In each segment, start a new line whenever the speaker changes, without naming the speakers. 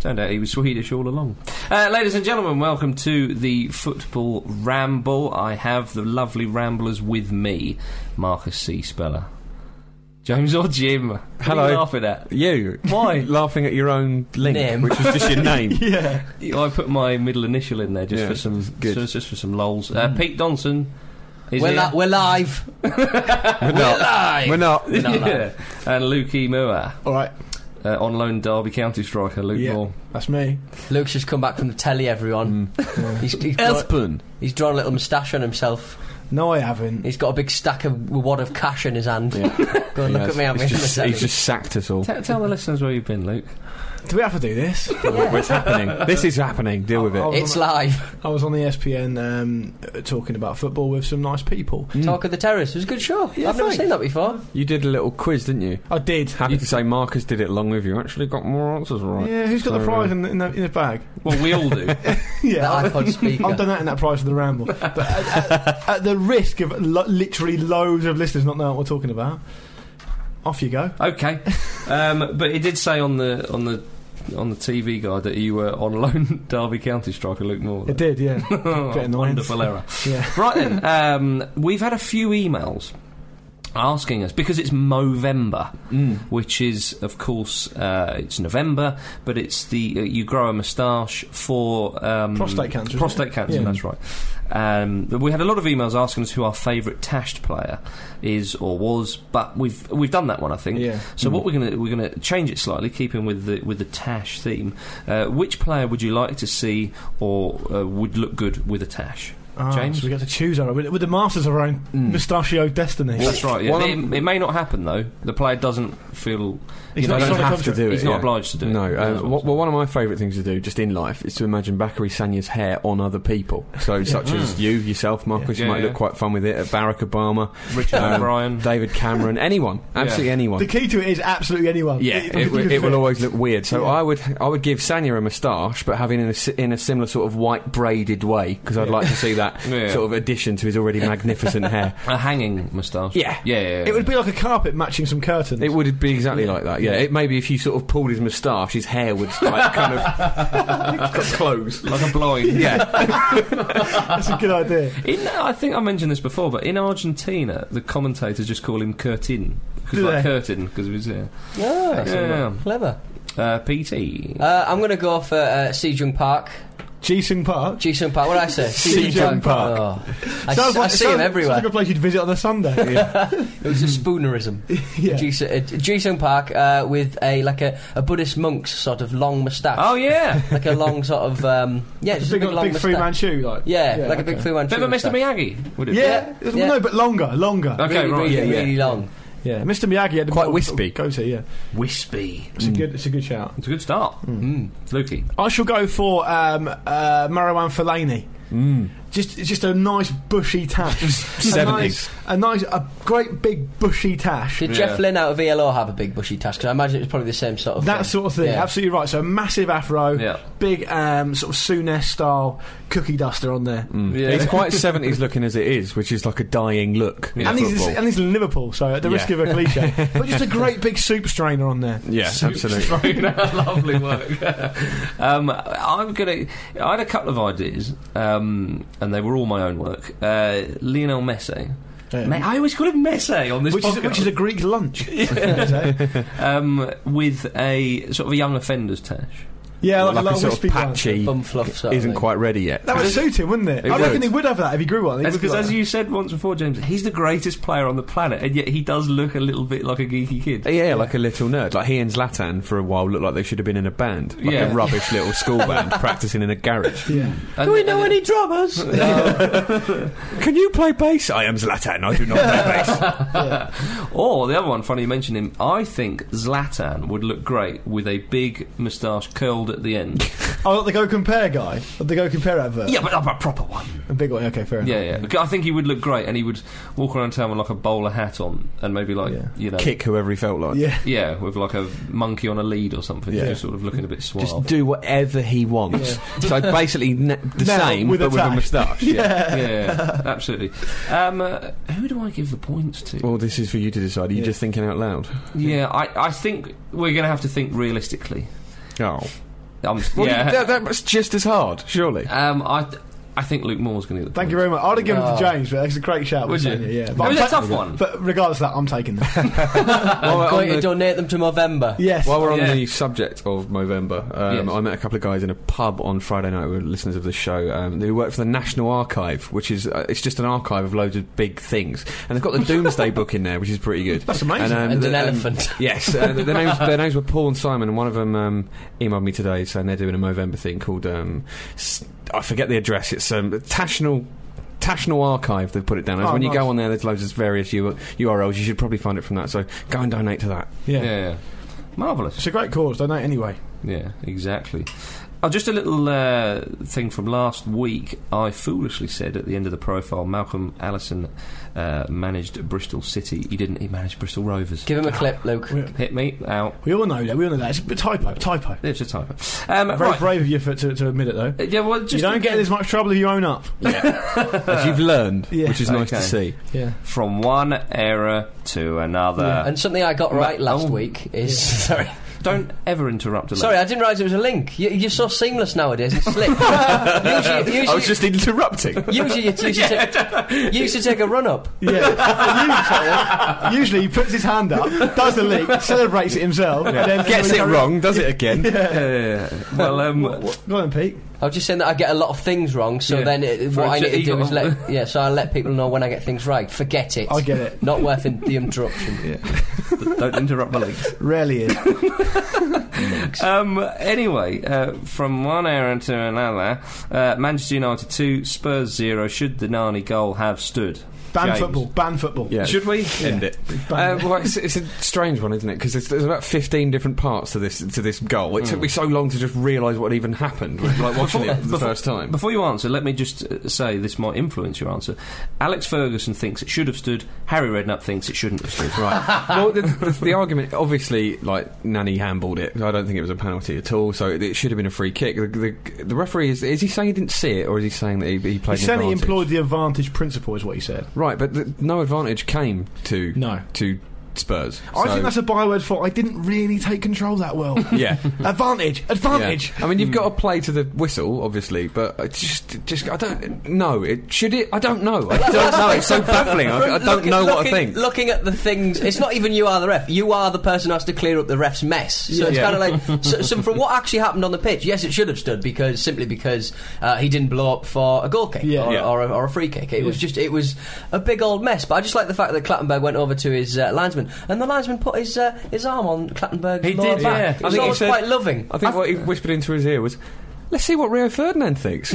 Turned out he was Swedish all along. Uh, ladies and gentlemen, welcome to the Football Ramble. I have the lovely ramblers with me, Marcus C. Speller. James or Jim? What Are you
Hello.
laughing at?
You.
Why?
Laughing at your own link,
Name.
which was just your name.
Yeah. I put my middle initial in there just
Yeah,
for some
good.
Just, just for some lols. Uh, Pete Donson is
We're,
here.
li- we're live.
We're not.
Live.
We're not.
No, no.
Yeah. And Luke E. Moore,
All right,
uh, on loan Derby County striker, Luke
Yeah.
Moore.
that's me.
Luke's just come back from the telly, everyone. He's, he's, drawn, he's drawn a little moustache on himself.
No, I haven't.
He's got a big stack of wad of cash in his hand.
Yeah.
Go and look at me, I'm in
he's
the
just,
telly.
he's just sacked us all.
Tell, tell the listeners where you've been, Luke.
Do we have to do this?
What's happening? This is happening. Deal with
Oh,
I'll-
it.
It's live.
I was on E the ESPN um, uh, talking about football with some nice people.
Talk of the Terrace. It was a good show.
Yeah,
I've never
thanks.
seen that before.
oh.
You did a little quiz, didn't you?
I did.
Happy to say Marcus did it along with you. Actually, got more answers right.
Yeah, who's got the
So,
prize
uh,
in the, in the, in the bag?
Well, we all do.
yeah,
The
I've-
iPod speaker.
I've done that in that prize for the ramble. But at, at- at the risk of lo- literally loads of listeners not knowing what we're talking about, off you go.
Okay, um, but it did say on the on the on the TV guide that you were on loan Derby County striker Luke Moore.
It did, yeah.
Oh,
Bit annoying.
wonderful error.
yeah.
Right then, um, we've had a few emails asking us because it's Movember,
Mm.
which is of course uh, it's November, but it's the uh, you grow a moustache for um,
Prostate cancer, isn't
Prostate
it?
cancer,
Yeah.
that's right. Um, but we had a lot of emails asking us who our favourite Tashed player is or was, but we've we've done that one, I think.
Yeah.
So what we're gonna we're gonna change it slightly, keeping with the with the Tash theme. Uh, which player would you like to see or uh, would look good with a Tash?
Ah,
James?
so we got to choose our We're, we're the masters of our own
Mm.
mustachioed destiny.
That's right. Yeah.
Well,
It,
I'm-
it may not happen though. The player doesn't feel
He's
you know,
not
I
he's
don't
signed a
have to
contract.
do it.
He's not
yeah.
obliged to do it.
No.
That's what
Uh,
I'm
wha- well, one of my favourite things to do, just in life, is to imagine Bakary Sanya's hair on other people. So, such as you, yourself, Marcus,
Yeah,
you might
yeah.
look quite fun with it. Barack Obama,
saying. Richard
Um,
O'Brien.
David Cameron, anyone, absolutely anyone.
The key to it is absolutely anyone.
Yeah,
If
it,
you
will-
give a
it will
fit.
always look weird. So I would I would give Sanya a moustache, but having in a, si- in a similar sort of white braided way because I'd like to see that
Yeah.
sort of addition to his already magnificent hair.
A hanging moustache.
Yeah.
Yeah. yeah, yeah.
It would be like a carpet matching some curtains.
It would be exactly like that. Yeah, it maybe if you sort of pulled his moustache, his hair would like, kind of close.
like a blind.
Yeah,
That's a good idea.
In, I think I mentioned this before, but in Argentina, the commentators just call him Curtin. Because
Do
like
they?
Curtin, because of his hair.
Yeah.
Yeah.
Clever.
Uh, PT.
Uh, I'm going to go for uh, Sejong Park.
Jason Park.
Jisung Park. What did I say?
Sejong Park.
Oh. I,
Sounds
s- I
like-
see
sounds-
him everywhere.
Sounds like a place you'd visit on a Sunday.
It was a spoonerism.
Yeah.
Jisung uh, Jisung Park uh, with a like a, a Buddhist monk's sort of long moustache.
Oh yeah.
like a long sort of um, yeah, just
big,
a big, long
big three man
moustache.
shoe, like.
Yeah, like a
okay.
big three man.
Bit of a Mr Miyagi. Would it be?
Yeah,
Yeah.
no, but longer, longer.
Okay,
really,
right.
really,
yeah, yeah.
really long.
Yeah, Mr. Miyagi had the
Quite
ball-
wispy.
Go to yeah,
Wispy.
Mm.
it's a good, it's a good shout.
It's a good start. Mm. Lukey.
I shall go for um, uh, Marouane Fellaini.
Mm.
Just, it's just a nice bushy tash. a nice,
70s.
a nice, a great big bushy tash.
Did Jeff Lynne out of ELO have a big bushy tash? Because I imagine it was probably the same sort of
That
thing.
sort of thing,
Yeah.
absolutely right. So a massive afro,
Yeah.
big um, sort of Sunes style cookie duster on there,
Yeah.
Mm. it's quite seventies looking as it is, which is like a dying look. in
and, he's,
football.
and he's in Liverpool, so at the
Yeah.
risk of a cliche, but just a great big soup strainer on there.
yeah, absolutely.
Lovely work. um, I'm gonna. I had a couple of ideas, um, and they were all my own work. Uh, Lionel Messi.
Yeah.
Ma- I always call him Messi on this
which is,
podcast.
which is a Greek lunch.
um, with a sort of a young offenders tash.
Yeah, like,
like
a lot
a
of
sort
wispy
of patchy
Bum fluff sort of
isn't
thing.
quite ready yet.
That would suit him, wouldn't it?
It
I reckon
would.
he would have that if he grew one. He
That's
would
because,
like
as you said once before, James, he's the greatest player on the planet, and yet he does look a little bit like a geeky kid.
Uh, Yeah, like a little nerd. Like he and Zlatan for a while looked like they should have been in a band, like
Yeah.
a rubbish little school band practicing in a garage.
that. yeah.
And-
Do we
and-
know any drummers?
Can you play bass? I am Zlatan. I do not play bass.
Or the other one, funny you mentioned him. I think Zlatan would look great with a big moustache curled at the end.
Oh, like the Go Compare guy. Like The Go Compare advert.
yeah, but a proper one.
A big one. Okay, fair enough.
Yeah, yeah. I think he would look great, and he would walk around town with like a bowler hat on, and maybe like
Yeah.
you know,
Kick whoever he felt like.
Yeah.
yeah, with like a monkey on a lead or something,
Yeah.
just sort of looking a bit suave.
Just do whatever he wants. So basically ne- the
Now,
same,
with a
but with a
tash.
moustache. yeah.
yeah, yeah, absolutely. Um, uh, who do I give the points to?
Well, this is for you to decide. Are you
Yeah.
just thinking out loud?
yeah, I, I think we're going to have to think realistically.
Oh.
Um,
Well,
yeah,
that, that's just as hard, surely.
um, I, th- I think Luke Moore's going to get the
Thank you
points.
very much. I'd have given it to
No.
James, but that's a great shout.
Would you?
Sonia, Yeah.
It
I'm
was a
ta-
tough one.
But regardless of that, I'm taking them.
While
I'm
we're
going
on
to
the-
donate them to Movember.
yes.
While we're on
Yeah.
the subject of November, um,
Yes.
I met a couple of guys in a pub on Friday night who were listeners of the show. Um, they work for the National Archive, which is uh, it's just an archive of loads of big things, and they've got the Doomsday Book in there, which is pretty good.
That's amazing.
um,
And
the-
an
um,
elephant.
yes, uh, their, names, their names were Paul and Simon, and one of them um, emailed me today saying they're doing a Movember thing called um, s- I forget the address. It's um, Tashnell. Tashnell Archive, they've put it down. as
Oh,
when you
nice.
go on there, there's loads of various U- URLs. You should probably find it from that. So go and donate to that.
yeah.
Yeah, yeah. marvelous.
It's a great cause, don't they? Anyway.
Yeah, exactly. Oh, just a little uh, thing from last week. I foolishly said at the end of the profile, Malcolm Allison uh, managed Bristol City. He didn't. He managed Bristol Rovers.
Give him a clip, Luke.
We,
Hit me out.
we all know that. We all know that. It's a bit typo. Typo.
It's a typo. Um,
Very
right.
brave of you for, to, to admit it, though.
Uh, Yeah, well, just
you don't get in as much trouble if you own up.
As you've learned,
Yeah.
which is nice to
Okay.
see.
Yeah.
from one error to another.
And something I got right last
oh.
week is sorry,
Don't ever interrupt. A
sorry,
link.
I didn't realise it was a link. You, you're so seamless nowadays. It's slick. usually, usually,
I was just interrupting.
usually you, you, should take, you should take a run up.
Yeah. usually, usually he puts his hand up, does the leak, celebrates it himself, and then
Gets it wrong, does it again.
Uh, well, um,
Go on, Pete.
I was just saying that I get a lot of things wrong, so
Yeah.
then it,
For
what
a
I
ch-
need to
you
do
got-
is let yeah. So I let people know when I get things right. Forget it.
I get it.
Not worth in- the interruption.
don't interrupt the links.
Rarely is.
Um, anyway, uh, from one error to another, uh, Manchester United 2, Spurs 0. Should the Nani goal have stood?
Ban
James.
football. Ban football.
Yeah.
Should we?
End it. Uh, well, it's, it's a strange one, isn't it? Because there's about 15 different parts to this to this goal. It
Mm.
took me so long to just realise what even happened, like watching it for the first time.
Before you answer, let me just uh, say this might influence your answer. Alex Ferguson thinks it should have stood. Harry Redknapp thinks it shouldn't have stood.
Right. well, the, the, the argument, obviously, like Nanny handballed it. I don't think it was a penalty at all. So it, it should have been a free kick. The, the, the referee is—is he saying he didn't see it, or is he saying that he, he
He
played? an
said he
advantage?
employed the advantage principle, is what he said.
Right, but the, no advantage came to
No.
to Spurs.
I
So-
think that's a byword for I didn't really take control that well.
yeah.
advantage, advantage.
Yeah. I mean, you've got to play to the whistle, obviously, but it's just, just I don't know. It should it? I don't know. I don't know. It's so baffling. I, I don't
Look-
know what I
looking-
think.
Looking at the things, it's not even you are the ref. You are the person who has to clear up the ref's mess. So it's
Yeah.
kind of like, so, so from what actually happened on the pitch, yes, it should have stood because simply because uh, he didn't blow up for a goal kick
Yeah.
or,
Yeah.
Or, a, or a free kick. It was just it was a big old mess. But I just like the fact that Clattenburg went over to his uh, linesman and the linesman put his uh, his arm on Clattenburg's
He
lower
did,
back.
yeah.
It
I
was
think he
almost
said-
quite loving.
I think what he whispered into his ear was, "Let's see what Rio Ferdinand thinks."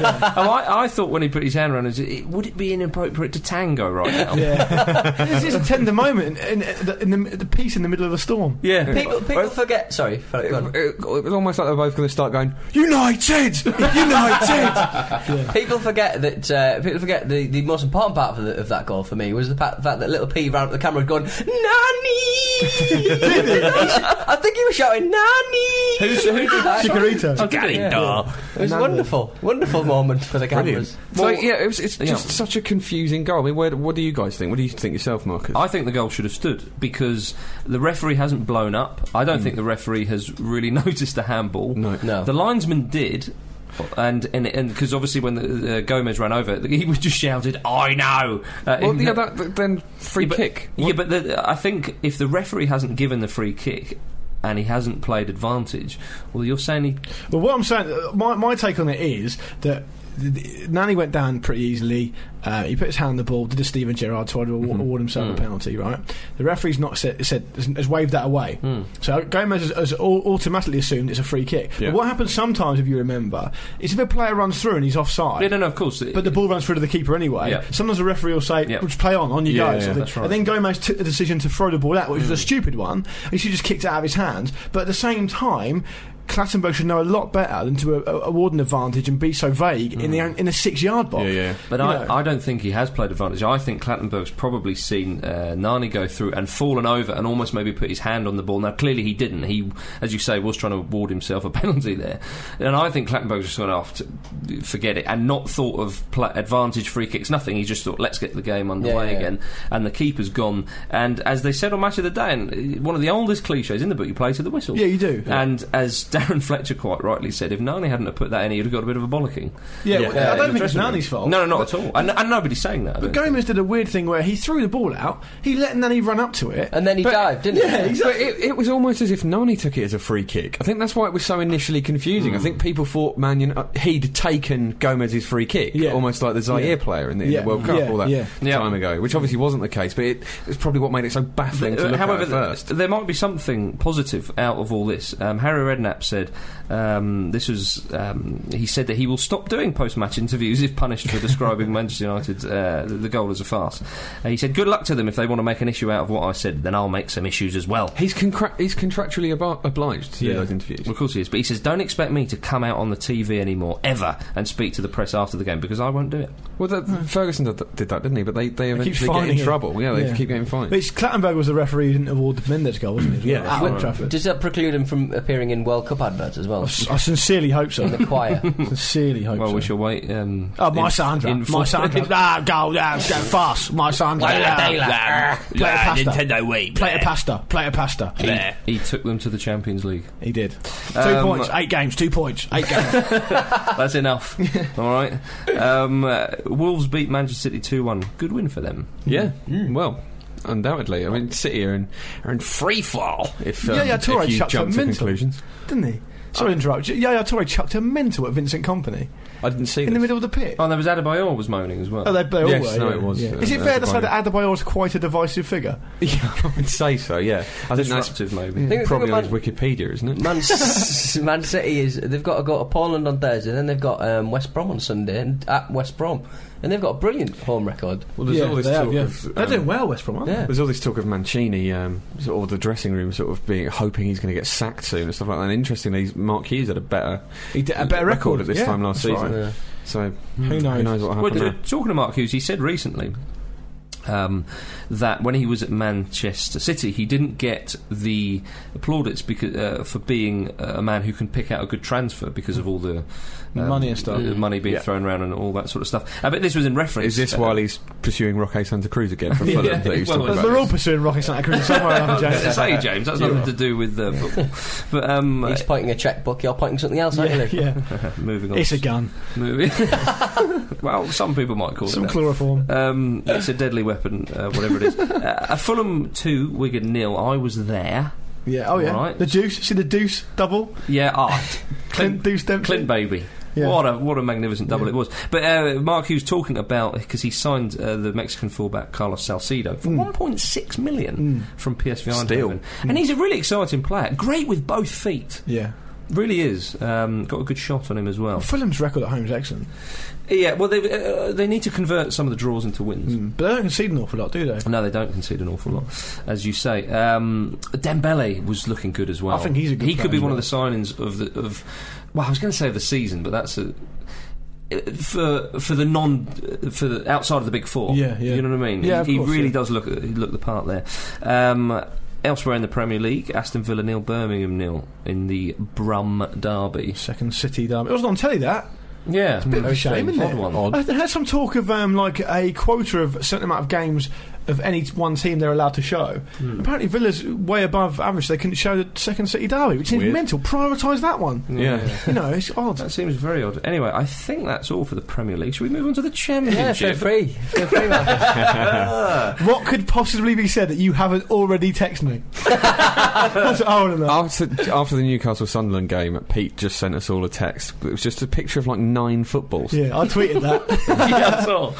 Um, I, I thought when he put his hand around it, it- would it be inappropriate to tango right now?
Yeah. this is a tender moment in, in, the, in the, the peace in the middle of a storm.
yeah.
People, people forget. Sorry, Philip,
it,
go on.
it- it was almost like they're both going to start going, "United, United."
People forget that uh, people forget the, the most important part of, the, of that goal for me was the, pa- fact that little P ran up to the camera and gone Nanny. I think he was shouting Nanny.
Who's- who did that?
Chikorito.
It was wonderful, wonderful moment for the cameras.
so yeah, it was, it's
Yeah.
just such a confusing goal. I mean, where, what do you guys think? What do you think yourself, Marcus?
I think the goal should have stood because the referee hasn't blown up. I don't think the referee has really noticed the handball.
Hmm. no.
No,
The linesman did. And and and because obviously when the, uh, Gomez ran over, he was just shouted, "I know." Uh,
Well,
in-
yeah, that, that- then free
Yeah, but-
kick.
Yeah, but the, I think if the referee hasn't given the free kick, and he hasn't played advantage. Well, you're saying he.
Well, what I'm saying, uh, my, my take on it is that th- th- Nani went down pretty easily. Uh, he put his hand on the ball, did a Steven Gerrard, tried to award, award himself
Mm.
a penalty, right? The referee's not said, said has, has waved that away.
Hmm.
So Gomez has, has au- automatically assumed it's a free kick.
Yeah.
But what happens sometimes, if you remember, is if a player runs through and he's offside,
Yeah, no, no, of course.
but the ball runs through to the keeper anyway.
Yeah.
Sometimes the referee will say,
Yeah.
"Just play on, on you
Yeah, yeah,
go." sort of thing.
that's right.
And then Gomez took the decision to throw the ball out, which was a stupid one. He should have just kicked it out of his hands. But at the same time, Clattenburg should know a lot better than to uh, award an advantage and be so vague in the own- in a six yard box.
Yeah, yeah.
But
You
I,
know.
I don't think he has played advantage. I think Clattenburg's probably seen uh, Nani go through and fallen over and almost maybe put his hand on the ball. Now, clearly he didn't. He, as you say, was trying to award himself a penalty there. And I think Clattenburg just went off to forget it and not thought of pla advantage, free kicks, nothing. He just thought, let's get the game underway
Yeah, yeah,
again. And the keeper's gone. And as they said on Match of the Day, and uh, one of the oldest cliches in the book, you play to the whistle.
Yeah, you do.
And as Darren Fletcher quite rightly said, if Nani hadn't have put that in, he'd have got a bit of a bollocking.
Yeah,
Yeah.
well, I don't
in the
think it's
dressing room.
Nani's fault.
No, no, not at all. And, and nobody's saying that. I
But
don't think.
Gomez did a weird thing where he threw the ball out, he let Nani run up to it,
And then he
But-
dived, didn't
Yeah,
he?
he's-
But it, it was almost as if Nani took it as a free kick. I think that's why it was so initially confusing. I
Hmm.
think people thought Man United, he'd taken Gomez's free kick,
Yeah.
almost like the Zaire
Yeah.
player in the, in
Yeah.
the World Cup
Yeah,
all that
yeah.
Yeah.
time ago, which obviously wasn't the case. But it, it's probably what made it so baffling to
Uh,
look
However,
at at first.
th- there might be something positive out of all this. Um, Harry Redknapp said um, this was. Um, he said that he will stop doing post-match interviews if punished for describing Manchester United uh, the goal as a farce. Uh, he said, "Good luck to them if they want to make an issue out of what I said. Then I'll make some issues as well."
He's, contra- he's contractually ob- obliged to
Yeah.
do those interviews.
Of course he is, but he says, "Don't expect me to come out on the TV anymore, ever, and speak to the press after the game because I won't do it."
Well, that, Ferguson did, that- did that, didn't he? But they, they
hmm. keep
eventually get
fining
in
him.
trouble. Yeah, they
Yeah.
keep getting fined.
But it's Clattenburg was the referee who didn't award the Mendes goal, wasn't he?
Yeah.
at
Well,
Old Trafford. Oh,
Does that preclude him from appearing in World Cup adverts as
I
well?
s- I sincerely hope
in
so.
the choir.
sincerely hope
well,
so.
we shall wait. Um,
Oh, my
in-
Sandra.
in
my
full-
Sandra. ah, go, ah, go fast. My Sandra. Ah, ah, plate of pasta.
Wii.
Plate of pasta. Plate of pasta.
He- He, took them to the Champions League.
He did. Two
Um,
points. Eight games. Two points. Eight games. Ah.
That's enough. All right. Um, uh, Wolves beat Manchester City 2 1. Good win for them.
yeah,
hmm.
well, undoubtedly. I mean, City are in, are in free fall if, um,
Yeah, yeah,
if
Torre
you
chucked
jump
up
to
mental.
conclusions.
Didn't he? Sorry to interrupt. you. Yaya Torre chucked a mental at Vincent Company
I didn't see
in the
this.
middle of the pitch.
Oh, and there was Adebayor was moaning as well.
Oh, they, they all
Yes,
were,
no,
yeah.
it was,
Yeah.
uh,
Is it fair to say
Adebayor.
that Adebayor is quite a divisive figure?
Yeah, I would say so. Yeah, I think that's
Disruptive, maybe.
Think- think
probably on
about-
his Wikipedia, isn't it?
Man, Man City is they've got to go to Poland on Thursday, then they've got um, West Brom on Sunday and at West Brom, and they've got a brilliant home record.
Well, there's
yeah,
all this
they
talk
have, yeah.
of.
They're
um,
doing well, West Brom, aren't they?
Yeah.
There's all this talk of Mancini, um, sort of the dressing room, sort of being hoping he's going to get sacked soon and stuff like that. And interestingly, Mark Hughes had a better,
He did a better record,
at this
yeah,
time last
that's
season.
right.
So
Who knows?
Who knows what
Well,
happened?
uh, talking to Mark Hughes, he said recently um, that when he was at Manchester City, he didn't get the plaudits because, uh, for being uh, a man who can pick out a good transfer because of all the
Money and stuff.
uh, money being
Yeah.
thrown around and all that sort of stuff. Uh, but this was in reference.
Is this
uh,
while he's pursuing Roque Santa Cruz again for Fulham? that he was
well,
talking
But
about?
They're all pursuing Rocky Santa Cruz somewhere, aren't
I was
they,
going to
James?
say, James, that's nothing to do with uh, football. But um,
He's pointing a checkbook, you're pointing something else, aren't you?
Yeah,
Luke?
yeah.
uh, moving on.
It's a gun.
movie. well, some people might call
Some
it. that.
chloroform.
um, it's a deadly weapon, uh, whatever it is. Uh, a Fulham two, Wigan nil. I was there.
Yeah, oh yeah.
Right.
The deuce. See the deuce double?
Yeah, ah,
Clint,
Clint,
Deuce Dempsey.
Clint baby.
Yeah.
What a what a magnificent double
Yeah.
it was. But uh, Mark Hughes talking about because he signed uh, the Mexican fullback Carlos Salcido for 1.6 million from PSV
Steal.
Eindhoven, and he's a really exciting player. Great with both feet,
Yeah. Oh,
really is. Um, got a good shot on him as well.
Fulham's record at home is excellent.
Yeah, well, they uh, they need to convert some of the draws into wins.
Mm. But they don't concede an awful lot, do they?
No, they don't concede an awful lot, as you say. Um, Dembele was looking good as well.
I think he's a good
He could be one
player
of the
as
signings of the of. Well, I was going to say of the season, but that's a. For for the non for the outside of the big four,
Yeah, yeah.
you know what I mean.
Yeah,
he,
of
he
course,
really
yeah.
does look he look the part there. Um, elsewhere in the Premier League, Aston Villa nil, Birmingham nil in the Brum derby.
Second City derby. It wasn't on telly that.
Yeah,
bit of a shame, isn't
odd
it?
one.
I heard some talk of um, like a quota of a certain amount of games of any t- one team they're allowed to show. Apparently, Villa's way above average. They couldn't show the second city derby, which seems
Weird.
mental. Prioritise that one.
Yeah.
You know, it's odd.
That seems very odd. Anyway, I think that's all for the Premier League. Should we move on to the
Yeah,
Championship?
feel free. Feel free, Marcus.
What could possibly be said that you haven't already texted me? That's what I want to know.
After after the Newcastle Sunderland game, Pete just sent us all a text. It was just a picture of like nine footballs.
Yeah, I tweeted that.
yeah, that's all.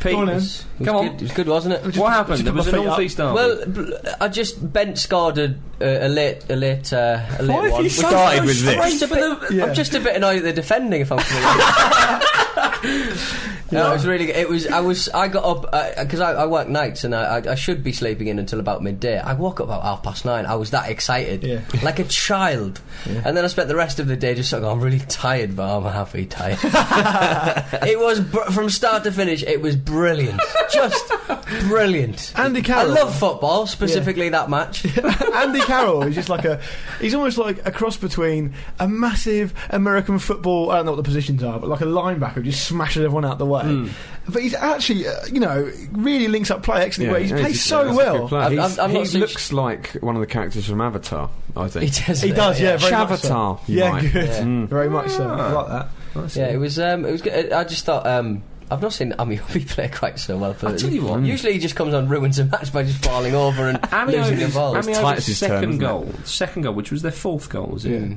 Pete,
Go on, then.
Come on.
It was good- it was good, wasn't it?
what happened? There
put
was
my
an
feet up.
northeast derby.
Well, bl- I just Ben scored a, a a late, a late, uh, a late
Why have
one.
you
We
sound
started
so
with this. I'm
strange?
just, a bit,
Yeah.
I'm just a bit annoyed at the defending. If I'm honest. No, it was really. It was. I was. I got up because I, I work nights and I, I, I should be sleeping in until about midday. I woke up about half past nine. I was that excited,
Yeah.
like a child. And then I spent the rest of the day just sort of. Going, I'm really tired, but I'm happy tired. it was br- from start to finish. It was brilliant, just brilliant.
Andy
I
Carroll.
love football, specifically that match.
Andy Carroll is just like a. He's almost like a cross between a massive American football. I don't know what the positions are, but like a linebacker who just smashes everyone out the way. But he's actually, uh, you know, really links up play excellently. where he's
yeah,
played
he's-
so
he's a good
well.
player.
I'm-
He's-
I'm- I'm not
he
so
looks like one of the characters from Avatar. I think.
He does.
He
it,
does, yeah. very much so.
Shavatar. you
Yeah,
might.
good.
Yeah.
Mm.
Very much so. I like that.
Yeah, it was. Um, it was. Good. I just thought. Um, I've not seen Amiobi play quite so well. For
I'll tell you what.
Usually he just comes on ruins a match by just falling over and losing the
Amiobi's,
ball.
Ami- Titus's turn,
second
isn't it?
goal, second goal, which was their fourth goal, was it?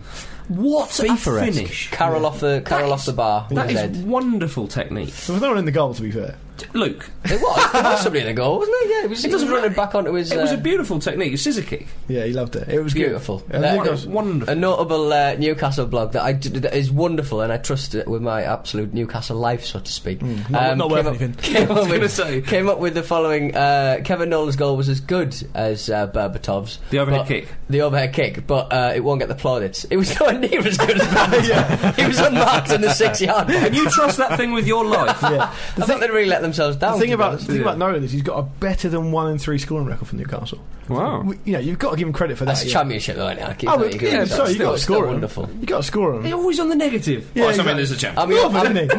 What a
FIFA-esque.
finish!
Carroll off the Carroll
That
off the bar.
That
with
is
his head.
wonderful technique,
There was no one in the goal, to be fair.
Luke.
It was. It was somebody in the goal, wasn't it? Yeah, it was. It
doesn't
was running
matter.
back onto his.
It was
uh,
a beautiful technique, a scissor kick.
Yeah, he loved it. It was
Beautiful.
Good. And
Uh,
then
Wonder-
goes-
wonderful.
a notable uh, Newcastle blog that I d- that is wonderful, and I trust it with my absolute Newcastle life, so to speak.
Hmm.
Um,
Not- not worth
came
anything.
Up, came, up
gonna
with,
say.
came up with the following: uh, Kevin Nolan's goal was as good as uh, Berbatov's.
The overhead
but-
kick.
The overhead kick, but uh, it won't get the plaudits. It was nowhere near as good as Berbatov's. He was unmarked in the six-yard box.
Can you trust that thing with your life?
yeah.
I thought they'd really let themselves down.
The thing
to be
about
honest.
the thing
yeah.
about Nolan is he's got a better than one in three scoring record for Newcastle.
Wow.
We- You know, you've got to give him credit for
that's
that.
a
Oh, yeah.
championship, though, isn't it? I keep
Oh,
thinking
but-
it's
yeah, sorry, you
still-
got to
it's still
score him.
Wonderful.
You got to score him.
They're always on the negative.
Yeah,
Well, so I mean,
exactly.
there's a champion.
I mean,
Northern,
I'm-
isn't he?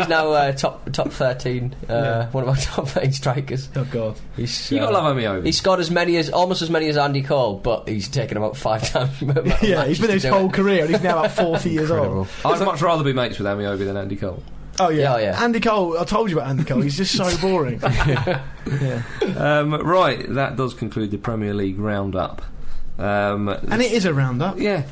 Amiobi's now uh, top top thirteen. Uh,
Yeah.
One of our top thirteen strikers.
Oh God!
He's,
You
uh,
gotta love Amiobi.
He scored as many as almost as many as Andy Cole, but he's taken about five times.
Yeah, he's been his whole
career.
career, and he's now about forty years old.
Incredible.
I'd much rather be mates with Amiobi than Andy Cole.
Oh yeah.
Yeah, yeah.
Andy Cole. I told you about Andy Cole. He's just so boring.
Um, right, that does conclude the Premier League roundup. Um,
and it is a roundup.
yeah,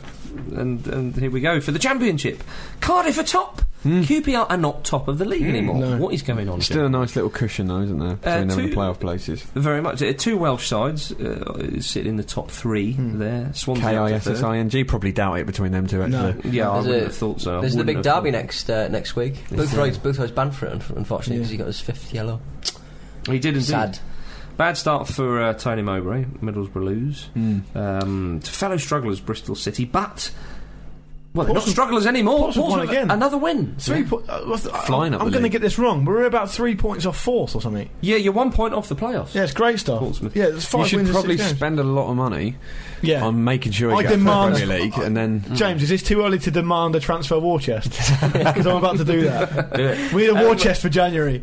and and here we go for the Championship. Cardiff are top.
Hmm.
QPR are not top of the league anymore.
no.
What is going on?
Still a nice little cushion, though, isn't there? Between them and
two-
the playoff places.
Very much. Uh, two Welsh sides uh, sit in the top three
Hmm.
there. Swansea
K
up
I
to
S S
third.
I N G. Probably doubt it between them two, actually.
Yeah, I
There's
wouldn't
a-
have thought so. I
There's the big
wouldn't have
derby
thought-
next uh, next week. Boothroyd's Boothroyd's banned for it, unf- unfortunately, because he got his fifth yellow.
He did indeed.
Sad.
Bad start for uh, Tony Mowbray. Middlesbrough lose.
Hmm.
Mm.
Um, to fellow strugglers, Bristol City, but. Well, they're not
Portsmouth-
strugglers anymore.
Portsmouth won again.
Another win.
Three po- uh, what's the-
Flying up
I'm
the
going to
league.
get this wrong, but we're about three points off fourth or something.
Yeah, you're one point off the playoffs.
Yeah, it's great stuff.
Portsmouth.
Yeah, it's five
You should
wins in
probably
six games.
spend a lot of money
yeah.
on making sure you
I
get to the
demand-
Premier League, and then
James, is this too early to demand a transfer war chest? Because I'm about to do that. We need a war chest for January.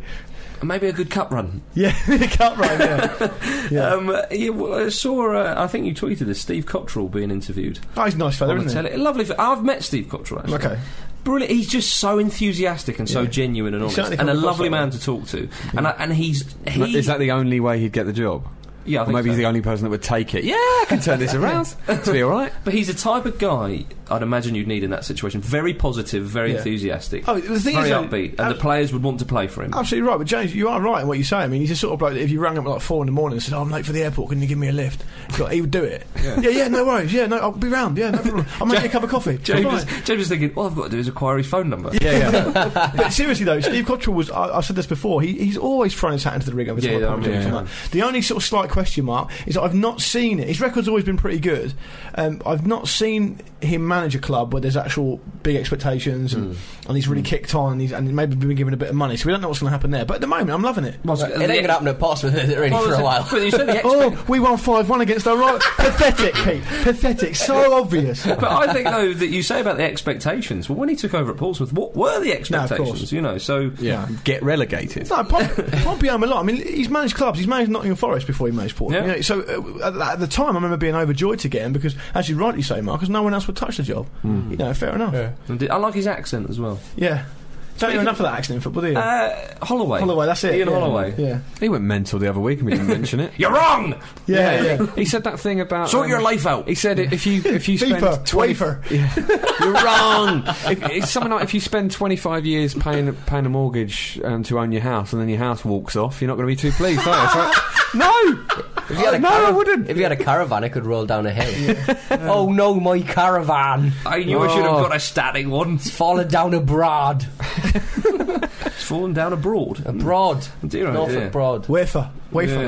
Maybe a good cup run.
Yeah, the cup right now. Yeah.
Um, yeah, well, I saw. Uh, I think you tweeted this. Steve Cottrell being interviewed
oh, he's a nice fella,
on the
isn't
telly. Lovely. f- I've met Steve Cottrell.
he?
Actually.
Okay.
Brilliant. He's just so enthusiastic and so
Yeah.
genuine and honest,
certainly
and a
comes across
lovely
that way.
man to talk to. And I, and he's he.
is that the only way he'd get the job?
yeah, I
Or
think
maybe
so.
he's the only person that would take it. Yeah, I can turn this around. It'll be all right.
But he's the type of guy I'd imagine you'd need in that situation. Very positive, very
Yeah.
enthusiastic,
Oh, the thing
very
is, oh. though,
upbeat, and
ab-
the players would want to play for him.
Absolutely right, but James, you are right in what you say. I mean, he's the sort of bloke that if you rang him at like four in the morning and said, oh, "I'm late for the airport, can you give me a lift?" He's got- He would do it. Yeah. yeah, no worries. Yeah, no, I'll be round. Yeah, no problem. I'll make you a cup of coffee.
James,
Bye-bye.
is, James is thinking, all I've got to do is acquire his phone number.
Yeah, yeah. but seriously though, Steve Cottrell was. I, I said this before. He, he's always thrown his hat into the ring every
Yeah,
time.
yeah,
I come to
yeah.
him. The only sort of slight question mark is that I've not seen it. His record's always been pretty good. Um, I've not seen him manage a club where there's actual big expectations and, and he's really kicked on and, he's, and maybe been given a bit of money. So we don't know what's going to happen there. But at the moment, I'm loving it.
Well,
It ain't going to happen at Portsmouth, is it, really,
Well,
for
it's
a while.
But you said the expect-
Oh, we won 5 1 against our right. Pathetic, Pete. Pathetic. So obvious.
but I think though that you say about the expectations. Well, when he took over at Portsmouth, what were the
course.
expectations? you know, so
Yeah, get relegated.
No, Pom- Pompey owned a lot. I mean, he's managed clubs. He's managed Nottingham Forest before he managed Portsmouth.
Yeah.
You know, so uh, at, at the time, I remember being overjoyed to get him because, as you rightly say, Marcus, no one else would touch the job. You know, fair enough. Yeah.
And I like his accent as well.
Don't hear enough of that accent in football, do you?
Uh, Holloway.
Holloway, that's it.
Ian
yeah.
Holloway.
Yeah.
He went mental the other week and we didn't mention it.
You're wrong.
Yeah, yeah.
he said that thing about
Sort
um,
your life out.
He said if you if you spend
FIFA,
20
wafer.
Yeah. you're wrong. if, it's something like if you spend 25 years paying paying a mortgage um, to own your house and then your house walks off, you're not going to be too pleased, are you? It's like, no,
If you had a
Oh, no, I
caravan-
wouldn't.
If you had a caravan, it could roll down a hill. oh no, my caravan!
I knew I should have
Oh.
got a static one.
It's fallen down abroad.
It's fallen down abroad.
Abroad.
Dear, oh
Norfolk
dear.
Broad.
Wafer. Wafer.
Yeah.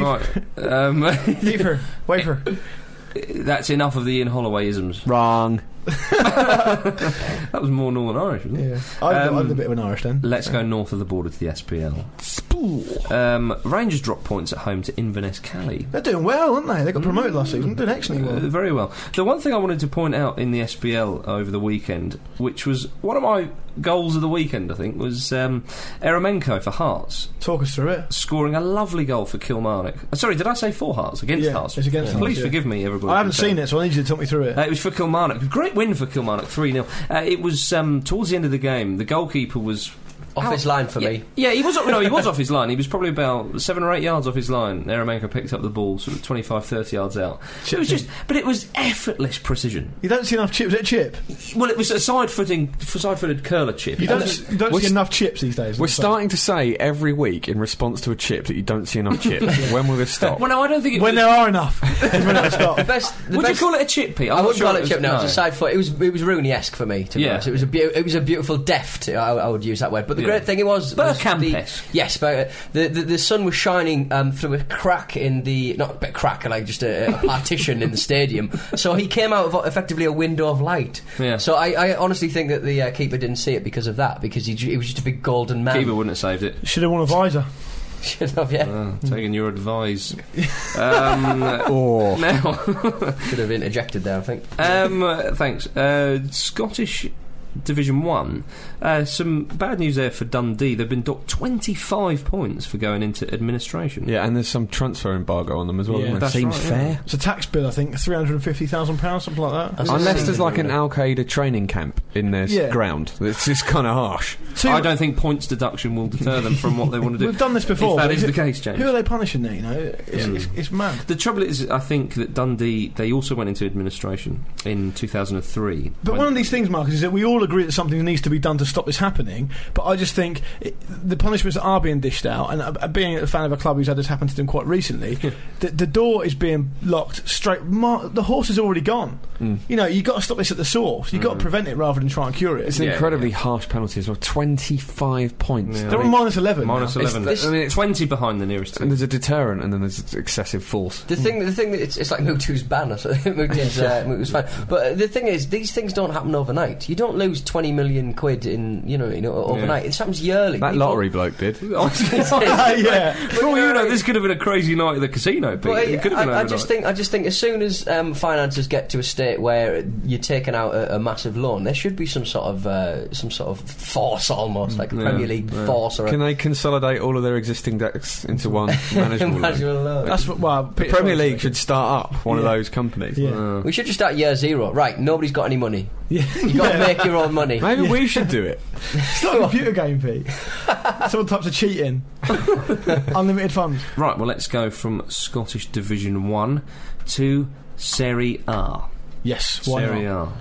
Right. Um,
FIFA. Wafer.
that's enough of the Ian Hollowayisms.
Wrong.
That was more Northern Irish, wasn't it?
Yeah. I've,
Um,
got- I've got a bit of an Irish then.
Let's go north of the border to the SPL. Um, Rangers drop points at home to Inverness Cali.
They're doing well, aren't they? They got promoted last season. Did excellently
Uh,
well.
very well. The one thing I wanted to point out in the SPL over the weekend, which was one of my goals of the weekend, I think, was um, Eremenko for Hearts
Talk us through it.
scoring a lovely goal for Kilmarnock. Uh, sorry, did I say for Hearts? Against
Yeah,
Hearts?
it's against
Please
Hearts, yeah.
forgive me, everybody.
I haven't
for saying-
seen it, so I need you to talk me through it.
Uh, it was for Kilmarnock. Great win for Kilmarnock, 3 0. Uh, it was um, towards the end of the game. The goalkeeper was.
Off his line for
yeah,
me.
Yeah, he was. No, he was off his line. He was probably about seven or eight yards off his line. Eremenko picked up the ball, sort of 25, 30 yards out. It was just, but it was effortless precision.
You don't see enough chips. Is it chip?
Well, it was a side-footing, side-footed curler chip.
You don't, you don't
We're
see
st-
enough chips these days.
We're
That's
starting to say every week in response to a chip that you don't see enough chip. When will this stop?
Well, no, I don't think it
all. When
was.
there are enough, is when it'll stop.
Best, the
Would
best,
you call it a chip, Pete? I'm
I
not
wouldn't
sure
call
it
it
was-
chip. No, it's
no.
a side foot. It was it was Rooney-esque for me. To be
Yeah.
honest, it was a beau- it was a beautiful deft. I, I would use that word. But the
Yeah.
great thing it was, was the-
Bergkamp-esque.
yes, but uh, the, the the sun was shining um, through a crack in the not a bit crack like just a, a partition in the stadium. So he came out of effectively a window of light.
Yeah.
So I, I honestly think that the uh, keeper didn't see it because of that because he, ju- he was just a big golden man.
Keeper wouldn't have saved it.
Should have worn a visor.
Should have yeah.
Uh, taking your advice. Um,
Or
now,
Should have interjected there. I think.
Um, uh, thanks. Uh, Scottish Division One. Uh, some bad news there for Dundee. They've been docked 25 points for going into administration.
yeah, and there's some transfer embargo on them as well.
Yeah,
isn't there?
that's
Seems
right, yeah.
fair.
It's a tax bill, I think, three hundred and fifty thousand pounds, something like that.
That's
Unless
insane.
there's like an Al Qaeda training camp in their s-
Yeah.
ground, it's just kind of harsh.
Two-
I don't think points deduction will deter them from what they want to do.
We've done this before.
If that
but
is
it-
the case, James.
Who are they punishing there? You know, it's, it's, it's mad.
The trouble is, I think that Dundee they also went into administration in 2003.
But
when-
one of these things, Marcus, is that we all agree that something needs to be done to stop this happening. But I just think it, the punishments that are being dished out, and uh, being a fan of a club who's had this happen to them quite recently, the, the door is being locked straight. Mar- the horse is already gone. You know, you've got to stop this at the source. You've got to prevent it rather than try and cure it.
It's an
Yeah,
incredibly harsh penalty as well. Twenty-five points.
Yeah.
They're on minus 11. now.
minus 11,
this-
I mean, it's 20 behind the nearest.
And
Team.
there's a deterrent, and then there's excessive force.
The thing, the thing that it's, it's like Mutu's ban or something. Mutu's, uh, Mutu's fine. But uh, the thing is, these things don't happen overnight. You don't lose twenty million quid in you know, you know overnight. It happens yearly.
That
People-
lottery bloke did.
yeah.
For all you know, this could have been a crazy night at the casino, Pete.
But
it could have
I,
been
I, I
overnight.
just think I just think as soon as um, finances get to a state where you're taking out a, a massive loan, there should be some sort of uh, some sort of force almost like a
Yeah,
Premier League
yeah.
force or
Can
a
they consolidate all of their existing decks into one manageable? one?
Imagine a loan.
That's what, well,
The Premier League should start up one of those companies.
Yeah.
Uh,
We should just start year zero. Right, nobody's got any money.
Yeah.
You got to make your own money.
Maybe we should do it.
It's not a computer game, Pete. Someone types of cheating. Unlimited funds.
Right, well, let's go from Scottish Division 1 to Serie A.
Yes, why
Serie
not?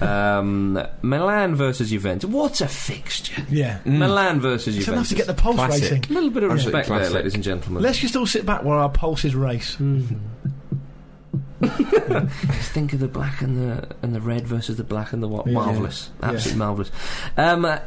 A. um, Milan versus Juventus. What a fixture!
Yeah.
Milan versus
It's
Juventus.
enough to get the pulse
Classic.
racing.
a little bit of
Absolute
respect there,
classic.
ladies and gentlemen.
Let's just all sit back while our pulses race.
Mm.
Just think of the black and the and the red versus the black and the white.
Yeah.
Marvelous, absolutely marvelous. Um, uh,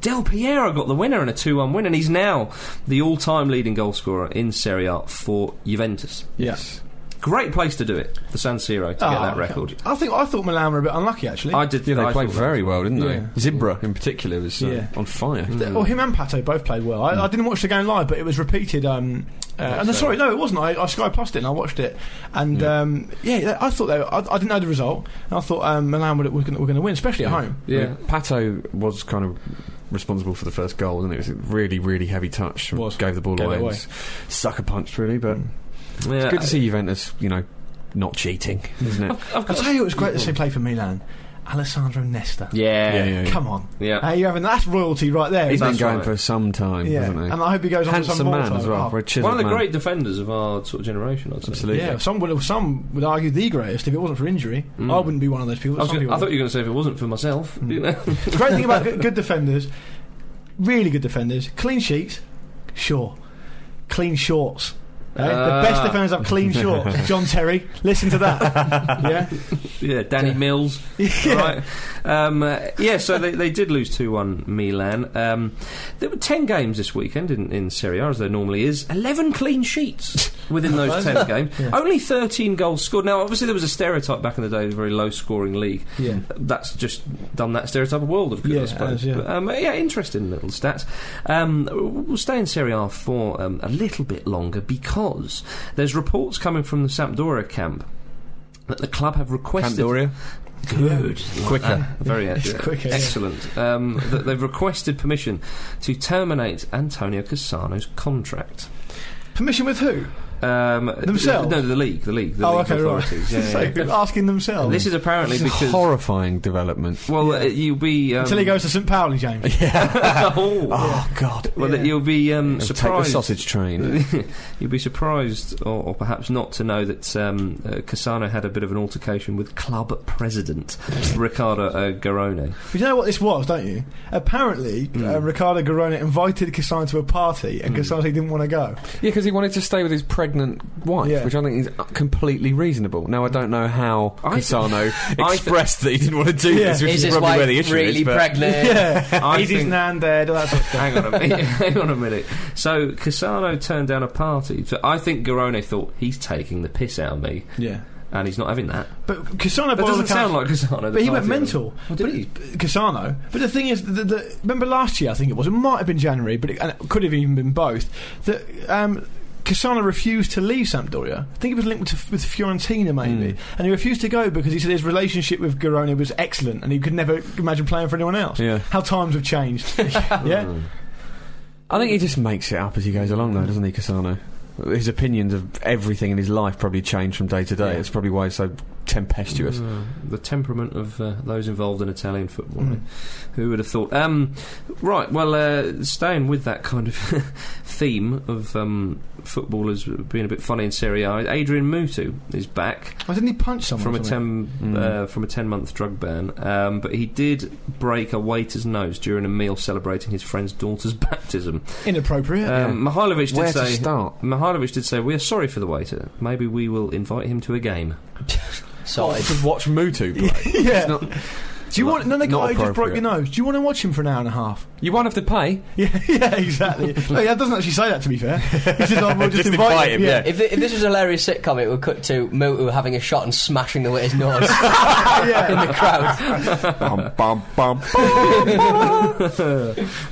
Del Piero got the winner in a two-one win, and he's now the all-time leading goalscorer in Serie A for Juventus.
Yes.
Great place to do it, the San Siro, to get
Oh,
that record.
I think I thought Milan were a bit unlucky actually.
I did.
Yeah, they
I
played
thought that Mm.
very
was-
well, didn't they?
Yeah.
Zimbra in particular was uh,
Yeah.
on fire.
Oh,
Well, him and Pato both played well. I, I
Mm.
didn't watch the game live, but it was repeated. Um, uh, and I'm sorry, no, it wasn't. I, I Sky Plus it and I watched it. And yeah, um, yeah I thought they were, I, I didn't know the result. And I thought um, Milan would, were going to win, especially at home.
I mean, Pato was kind of responsible for the first goal, and it was a really, really heavy touch.
Was.
Gave the ball
Gave it
away.
away.
It's Sucker punch, really, but
Mm.
Yeah.
good to see Juventus, you know, not cheating, isn't it?
I've
I'll
got-
tell you, it was great to see play for Milan. Alessandro Nesta.
yeah.
yeah.
Come on.
Yeah.
Hey, you're having that's royalty right there.
He's
isn't
been
That's
going
right.
for some time,
it? yeah.
hasn't he?
And I hope he goes on to
Handsome
some more
man as
time.
well, for
Oh,
a chiseled
One of the
man.
great defenders of our sort of generation, I'd say.
Absolutely.
yeah, some would, some would argue the greatest. If it wasn't for injury,
Mm.
I wouldn't be one of those people.
I, was
Some
gonna,
people
I
would.
thought you were going to say if it wasn't for myself,
Hmm.
you know.
The great thing about good, good defenders, really good defenders, clean sheets, sure. Clean shorts. eh?
Ah.
the best defenders have clean shorts. John Terry, listen to that. yeah,
yeah, Danny Mills.
Yeah.
Right. Um, uh, yeah, so they, they did lose 2 1 Milan. Um, there were 10 games this weekend in, in Serie A, as there normally is. 11 clean sheets within those 10 games. Only 13 goals scored. Now, obviously, there was a stereotype back in the day, it was a very low scoring league.
yeah.
That's just done that stereotype of world of good,
Yeah,
I
it
suppose.
has, yeah.
But, um, yeah, interesting little stats. Um, we'll stay in Serie A for um, a little bit longer because there's reports coming from the Sampdoria camp that the club have requested
Sampdoria.
good
Quicker.
Uh, very
It's
excellent.
quicker, yeah.
excellent um, that they've requested permission to terminate Antonio Cassano's contract
Permission with who?
um,
Themselves?
no the league the league the
oh,
league
okay, right.
authorities yeah,
so
yeah.
asking themselves.
And this is apparently
It's a
because
horrifying development.
well uh, you'll be um,
until he goes to St. Pauli, James.
oh,
Oh God!
well that you'll be um,
Take the
surprised
sausage train.
You'd be surprised, or, or perhaps not, to know that um, uh, Cassano had a bit of an altercation with club president Ricardo uh, Garone.
You know what this was, don't you? Apparently, uh,
Mm.
Ricardo Garona invited Cassano to a party, and Cassano didn't want to go.
Yeah, because he wanted to stay with his pregnant wife,
Yeah.
which I think is completely reasonable. Now I don't know how
I th-
Cassano
I
expressed that he didn't want to do
Yeah.
this, which
Is
is
his
probably
wife
where the issue
really
is. but-
pregnant?
Yeah,
I
is his
think-
nan dead? All that sort of stuff.
Hang on a minute. Hang on a minute. So Cassano turned down a party. So I think Garone thought he's taking the piss out of me,
yeah,
and he's not having that.
but Cassano.
That doesn't sound like Cassano. the
But he went
party
mental.
Well,
but
did he?
Cassano. But the thing is, the, the, remember last year, I think it was, it might have been January, but it, and it could have even been both, that um, Cassano refused to leave Sampdoria. I think it was linked to, with Fiorentina,
Hmm.
maybe. And he refused to go because he said his relationship with Garoni was excellent and he could never imagine playing for anyone else.
Yeah.
How times have changed. yeah?
I think he just makes it up as he goes along, though, doesn't he, Cassano? His opinions of everything in his life probably change from day to day.
Yeah.
It's probably why he's so tempestuous.
Mm, the temperament of uh, those involved in Italian football.
Mm.
eh? Who would have thought? Um, right, well, uh, staying with that kind of theme of um, footballers being a bit funny in Serie A, Adrian Mutu is back
Why didn't he punch someone?
from
or
a,
something?
ten,
Mm.
uh, from a 10 month drug ban, um, but he did break a waiter's nose during a meal celebrating his friend's daughter's baptism.
Inappropriate.
Um, Mihailovic did
Where to
say.
start?
Mihailovic did say, We are sorry for the waiter. Maybe we will invite him to a game.
Sorted.
to watch Mutu play.
yeah.
It's not-
Do you want another
not
guy who just broke
appropriate.
your nose? Do you want to watch him for an hour and a half?
you won't have to pay.
Yeah, yeah, exactly. no, he doesn't actually say that. To be fair, he says, "Oh, we'll just,
Just
invite,
invite him, yeah.
If, thi- if this was a hilarious sitcom, it would cut to Motu having a shot and smashing the waiter's nose
Oh,
in the crowd.
bum, bum, bum.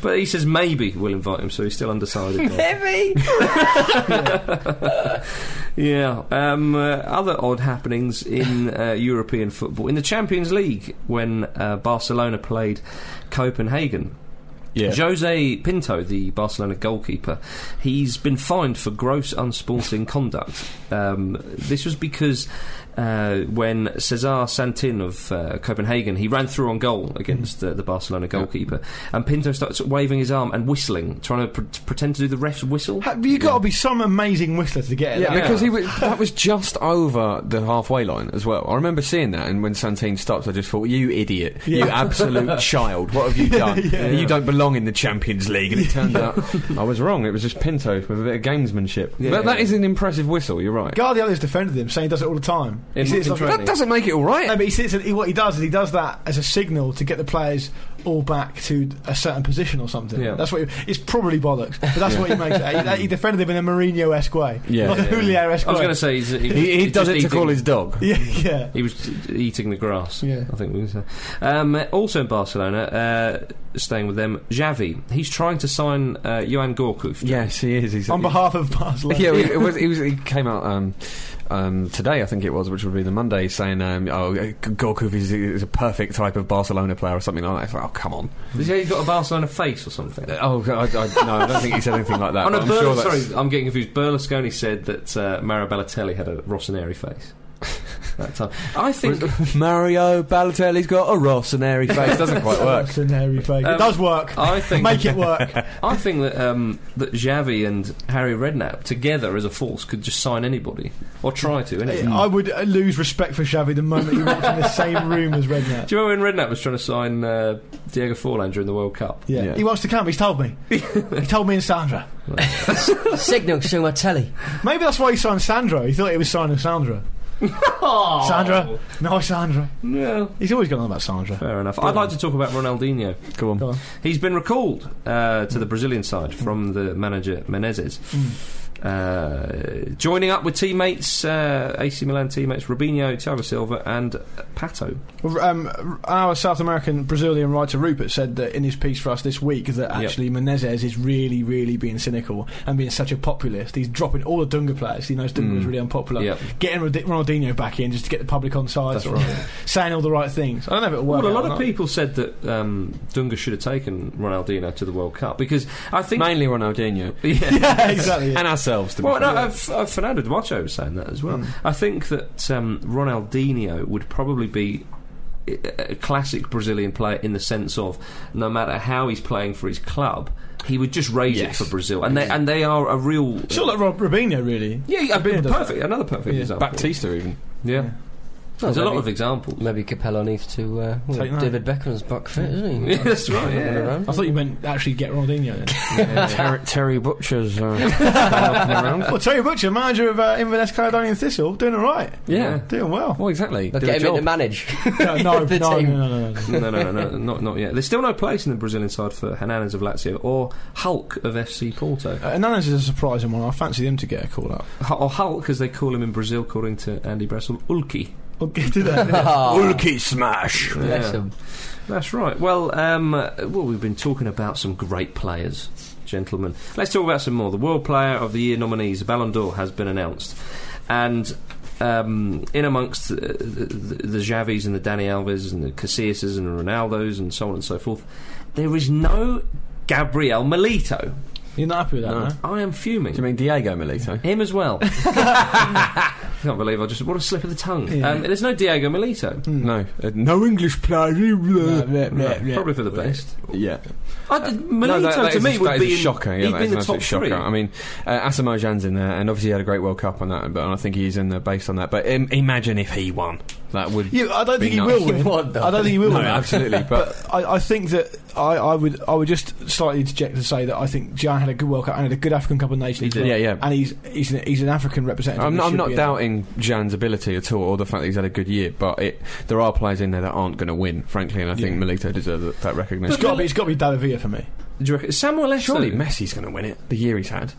But he says maybe we'll invite him, so he's still undecided. there.
Maybe.
yeah. Um, uh, other odd happenings in uh, European football. In the Champions League, when uh, Barcelona played Copenhagen,
Yeah.
Jose Pinto, the Barcelona goalkeeper, he's been fined for gross unsporting conduct. Um, this was because uh, when Cesar Santin of uh, Copenhagen, he ran through on goal against uh, the Barcelona goalkeeper, and Pinto starts waving his arm and whistling, trying to, pr- to pretend to do the ref's whistle.
Have you got to be some amazing whistler to get it?
Yeah,
Yeah.
because he was, that was just over the halfway line as well. I remember seeing that, and when Santine stops, I just thought, "You idiot! You absolute child! What have you done? You don't belong in the Champions League." And it turned out I was wrong. It was just Pinto with a bit of gamesmanship.
Yeah.
but that is an impressive whistle. You're right.
Guardiola's defended him, saying he does it all the time. He
In-
sits
in
like-
training.
that doesn't make it all right.
no, but he sits. and He, what he does is he does that as a signal to get the players all back to a certain position or something.
Yeah.
That's what he- it's probably bollocks, but that's what he makes. it. He, he defended him in a Mourinho-esque way,
Yeah,
like a
yeah, yeah.
Julio-esque
I was
way.
going to say he's, he, was-
He, he
he's just
does it to
eating-
call his dog.
yeah, yeah.
He was eating the grass.
Yeah.
I think we said. Um, also in Barcelona, uh, staying with them, Xavi. He's trying to sign uh, Johan Gorkov.
Yes, he is. He's
On behalf of Barcelona,
Yeah, it was, it was. He came out um, um, today, I think it was, which would be the Monday, saying, um, "Oh, Gorkov is, is a perfect type of Barcelona player or something like that." It's like, oh, come on.
Has he got a Barcelona face or something?
Uh,
Oh, I, I, no, I don't think he said anything like that.
Oh, no,
but I'm
Berlu-
sure that's-
sorry, I'm getting confused. Berlusconi said that uh, Mario Balotelli had a Rossoneri face. that time. I think.
Mario Balotelli's got a Rossoneri face. Doesn't quite work.
Mercenary fake.
Um,
it does work.
I think.
Make it work.
I think that um, that Xavi and Harry Redknapp together as a force could just sign anybody or try to. Anyway.
I would uh, lose respect for Xavi the moment he walked in the same room as Redknapp.
Do you remember when Redknapp was trying to sign uh, Diego Forlan during the World Cup?
Yeah.
Yeah.
he wants to come. He's told me. he told me and Sandra.
Signal to my telly.
Maybe that's why he signed Sandra. He thought he was signing Sandra. Sandra, no, Sandra.
No.
He's always gone on about Sandra.
Fair enough. I'd like to talk about Ronaldinho.
Go on.
Go on.
He's been recalled uh, to the Brazilian side from the manager Menezes.
Hmm.
Uh, joining up with teammates, uh, AC Milan teammates Robinho, Thiago Silva, and Pato.
Well, Um, our South American Brazilian writer Rupert said that in his piece for us this week that
Yep.
actually Menezes is really, really being cynical and being such a populist. He's dropping all the Dunga players. He knows Dunga
Mm.
is really unpopular.
Yep.
Getting Rod- Ronaldinho back in just to get the public on side.
That's
sort of thing. Saying all the right things. I don't know if it'll work.
Well, a
out
lot
or
of
not.
people said that um, Dunga should have taken Ronaldinho to the World Cup because I think.
Mainly Ronaldinho
Yeah.
Yeah, exactly. yeah.
and ourselves. To be
Well,
fair.
no, uh, F- uh, Fernando Duarte was saying that as well.
Hmm.
I think that um, Ronaldinho would probably be a a classic Brazilian player in the sense of no matter how he's playing for his club, he would just raise
Yes.
it for Brazil, and they and they are a real. uh,
Sort of like Rob Robinho, really.
yeah, yeah,
Fabinho does
perfect. Another perfect
uh,
Yeah.
example.
Baptista even.
Yeah, there's a
maybe,
lot of examples.
Maybe Capello needs to. Uh, well,
Take that.
David Beckham's back fit, isn't he?
Yeah, that's right.
Running
Yeah.
around.
I thought you meant actually get Ronaldinho. Then.
Terry, Terry Butcher's. uh,
well, Terry Butcher, manager of uh, Inverness Caledonian Thistle, doing all right.
Yeah.
Doing well.
Well, exactly.
But
Did a
get him in to
job.
manage.
no, no, no,
The
no,
team.
no, no, no.
no, no, no, no, not not yet. There's still no place in the Brazilian side for Hernandez of Lazio or Hulk of FC Porto,
Uh, Hernandez is a surprising one. I fancy them to get a call up.
H- or Hulk as they call him in Brazil, according to Andy Bressel, Ulki.
We'll get to that.
Oh,
Ulky Ah. smash.
Yeah.
bless him.
That's right. Well, um, uh, well, we've been talking about some great players, gentlemen. Let's talk about some more. The World Player of the Year nominees, Ballon d'Or, has been announced, and um, in amongst uh, the, the, the Xavis and the Dani Alves and the Casillas and the Ronaldos and so on and so forth, there is no Gabriel Melito.
You're not happy with that,
No.
man?
I am fuming.
Do you mean Diego Melito?
Him as well. I can't believe I just what a slip of the tongue.
Yeah.
Um, there's no Diego Melito.
No, uh, no English player.
Uh,
Uh, Probably for the best. Uh,
Yeah,
I did, Milito
that- that
to
is
me
a,
would
that is
be in,
a shocker. Yeah,
he'd
that
be
is
in
an
the top
absolute
three.
shocker. I mean, uh, Asamoah Gyan's in there, and obviously he had a great World Cup on that, but and I think he's in there based on that. But im- imagine if he won, that would
Yeah, I don't
Be
think he
nice.
will
He
win.
won't, though.
I don't think he will
no,
win.
absolutely. But
But I, I think that I, I would I would just slightly interject to say that I think Gian had a good World Cup and had a good African Cup of Nations.
He did.
as well.
Yeah, yeah.
And he's he's an, he's an African representative.
I'm
He
not, I'm
should
not
be in
doubting Jan's ability at all, or the fact that he's had a good year. But it, there are players in there that aren't going to win, frankly, and I think Melito deserves that- that
it.
recognition.
It's got to be it's got to be Dalavia for me.
Do you reckon Samuel Eto'o?
Surely Messi's going to win it. The year he's had,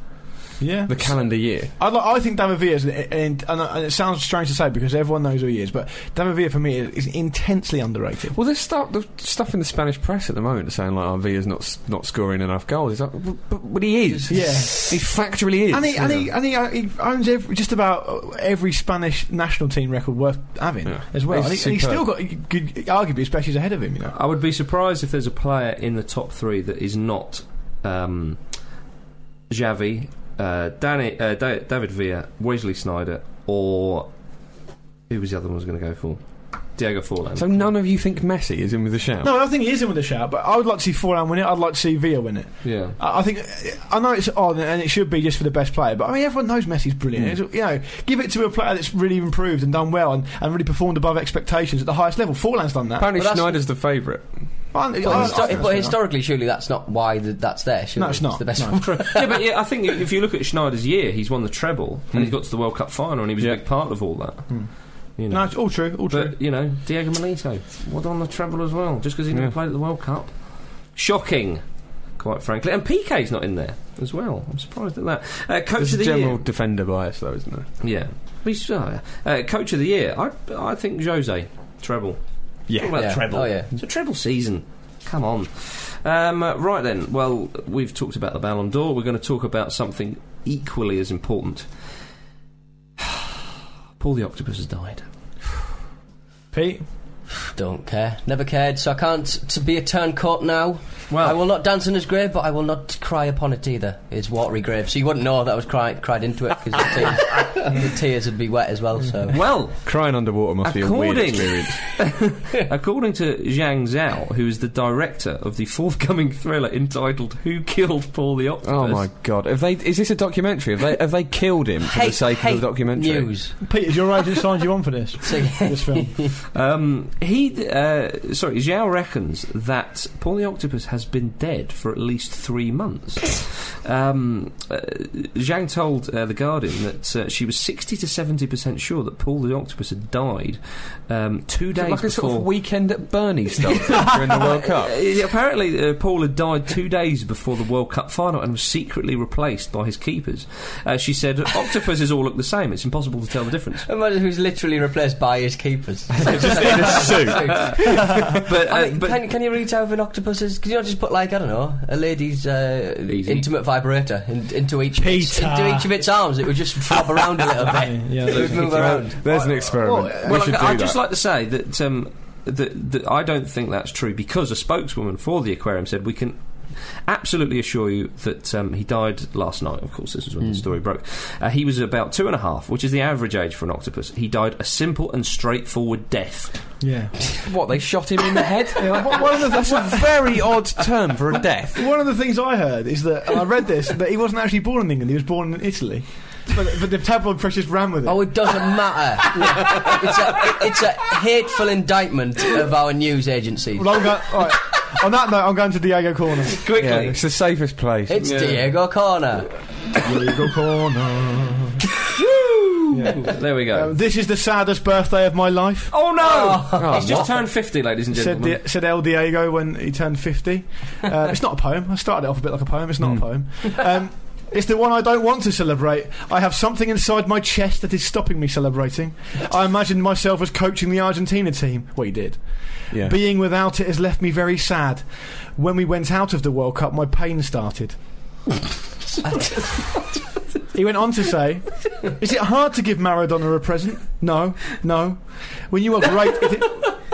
Yeah.
the calendar year.
I, like, I think Damavia is, and, and, and it sounds strange to say because everyone knows who he is, but Damavia for me is, is intensely underrated.
Well, there's stuff, the stuff in the Spanish press at the moment saying like, "Oh, Villa's not s- not scoring enough goals." It's like, "But- but, but he is.
Yeah.
He factually is.
And he, and he, and he, uh, he owns every, just about uh, every Spanish national team record worth having
Yeah.
as well.
He's
And, he, and he's still
superb.
got good, arguably, especially ahead of him. You know,
I would be surprised if there's a player in the top three that is not um, Xavi, uh, Danny, uh, da- David Villa, Wesley Snyder, or who was the other one I was going to go for? Diego Forlan.
So none of you think Messi is in with the shout?
no, I think he is in with a shout, but I would like to see Forlan win it. I'd like to see Villa win it.
yeah.
I, I think I know it's odd, and it should be just for the best player. But I mean, everyone knows Messi's brilliant. It's, you know, give it to a player that's really improved and done well and, and really performed above expectations at the highest level. Forlan's done that.
Apparently,
Well, that's-
Schneider's the favourite.
I- I-
But,
I-
histo-
I-
but historically, surely that's not why th- that's there. Surely
No, it's not.
the best
No.
one.
yeah, but yeah, I think Hmm. if you look at Schneider's year, he's won the treble and he's got to the World Cup final and he was
Yeah.
a big part of all that. You know.
No, it's all true, all true.
But you know, Diego Milito, what on the treble as well? Just because he didn't
Yeah.
play at the World Cup, shocking, quite frankly. And PK's not in there as well. I'm surprised at that. Uh, coach
There's
of the
a general
year,
defender bias, though, isn't there?
yeah. He's, uh, uh, coach of the year, I I think Jose treble. Talk about
Yeah.
treble.
Oh, yeah.
It's a treble season. Come on. Um, uh, right then. Well, we've talked about the Ballon d'Or. We're going to talk about something equally as important. Paul the Octopus has died.
Pete,
Don't care. Never cared. So I can't to be a turncoat now.
Well-
I will not dance in his grave, but I will not cry upon it either. It's watery grave, so you wouldn't know that I was crying, cried into it because the, tears, the tears would be wet as well. So
Well,
Crying underwater must be a weird
According-
experience.
According to Zhang Zhao, who is the director of the forthcoming thriller entitled "Who Killed Paul the Octopus,"
oh my god! Have they? Is this a documentary? Have they? Have they killed him for the
hate,
sake
hate
of the documentary?
news.
Pete, has your agent signed you on for this?
So,
this film.
Um, he, uh, sorry, Zhao reckons that Paul the Octopus has been dead for at least three months. um, uh, Zhang told uh, The Guardian that uh, she was 60 to 70% sure that Paul the Octopus had died um, two
Is it
days
like a
before.
sort of weekend at Bernie stuff during the World Cup.
Uh, apparently, uh, Paul had died two days before the World Cup final and was secretly replaced by his keepers. Uh, she said, "Octopuses all look the same. It's impossible to tell the difference."
Imagine who's literally replaced by his keepers.
But, uh,
I mean,
but
can, can you reach out with an octopus's? Can you not just put like I don't know a lady's uh,
Easy.
intimate vibrator in, into each of its,
Peter.
into each of its arms? It would just flop around a little bit.
Yeah,
it would move around.
There's an experiment. we
well,
should
I,
do
would
that.
just like to say that, um, that that I don't think that's true because a spokeswoman for the aquarium said we can. Absolutely assure you that um, he died last night. Of course, this is when the story broke. Uh, he was about two and a half, which is the average age for an octopus. He died a simple and straightforward death.
Yeah.
What they shot him in the head?
Yeah, one- one of the-
That's a very odd term for a death.
One of the things I heard is that, and I read this, that he wasn't actually born in England, he was born in Italy. But, but the tabloid press just ran with it.
Oh, it doesn't matter. it's, a, it's a hateful indictment of our news agencies.
Well, I'm going, all right. On that note, I'm going to Diego Corner.
Quickly,
Yeah, it's the safest place.
It's Diego Corner.
Diego Corner.
there we go.
Um, this is the saddest birthday of my life.
Oh no! He's just
what?
turned 50, ladies and
Said,
gentlemen.
Di- said El Diego when he turned 50. Uh, it's not a poem. I started it off a bit like a poem. It's not a poem. Um, it's the one I don't want to celebrate. I have something inside my chest that is stopping me celebrating. I imagined myself as coaching the Argentina team. Well, he did.
Yeah.
Being without it has left me very sad. When we went out of the World Cup, my pain started. he went on to say, Is it hard to give Maradona a present? No, no. When you are great, it,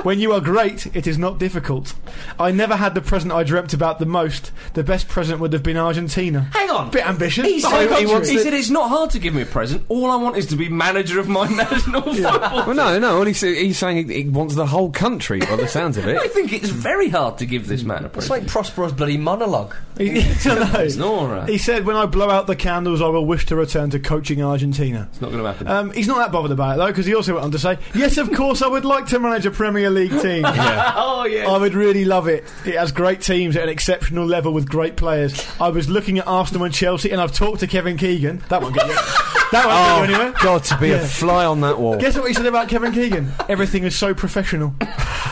when you are great, it is not difficult. I never had the present I dreamt about the most. The best present would have been Argentina.
Hang on.
Bit ambitious.
He
The whole
said, he,
country.
wants- he said it's not hard to give me a present. All I want is to be manager of my national football.
well, no, no. All he's, he's saying he, he wants the whole country. By the sounds of
I
it,
think it's very hard to give this man a
It's
present.
like Prospero's bloody monologue.
He- I don't know.
It's not, all right.
He said, "When I blow out the candles, I will wish to return to coaching Argentina."
It's not going to happen.
Um, he's not that bothered about it though, because he also went on to say, "Yes, of course, I would like to manage a Premier League team.
oh yeah.
I would really love it. It has great teams at an exceptional level with great players. I was looking at Arsenal and Chelsea, and I've talked to Kevin Keegan. That won't get you. That
oh
won't get you anywhere."
God, to be a fly on that wall.
Guess what he said about Kevin Keegan? Everything is so professional.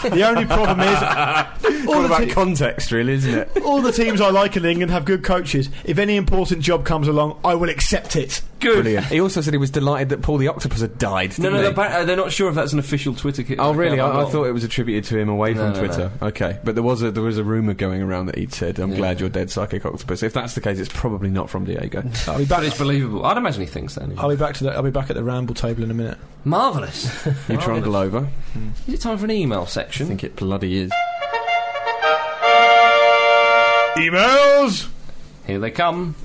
The only problem is all
all
the,
about
te-
context, really, isn't it?
all the teams I like in England have good coaches. If any important job comes along, I will accept it.
Good.
Brilliant. He also said he was delighted that Paul the Octopus had died.
No,
didn't
no,
he?
they're, ba- uh, they're not sure if that's an official Twitter. Ki-
Oh
account
really?
or
I, I
not.
thought it was attributed to him away
No,
from
no,
Twitter. Okay, but there was a there was a rumor going around that he'd said, "I'm glad you're dead, psychic octopus." If that's the case, it's probably not from Diego.
I'll be
That
back.
is believable. I'd imagine he thinks that. Anyway.
I'll be back to the. I'll be back at the ramble table in a minnet
Marvelous.
you trundle over.
Is it time for an email
I
section?
think it bloody is.
Emails.
Here they come.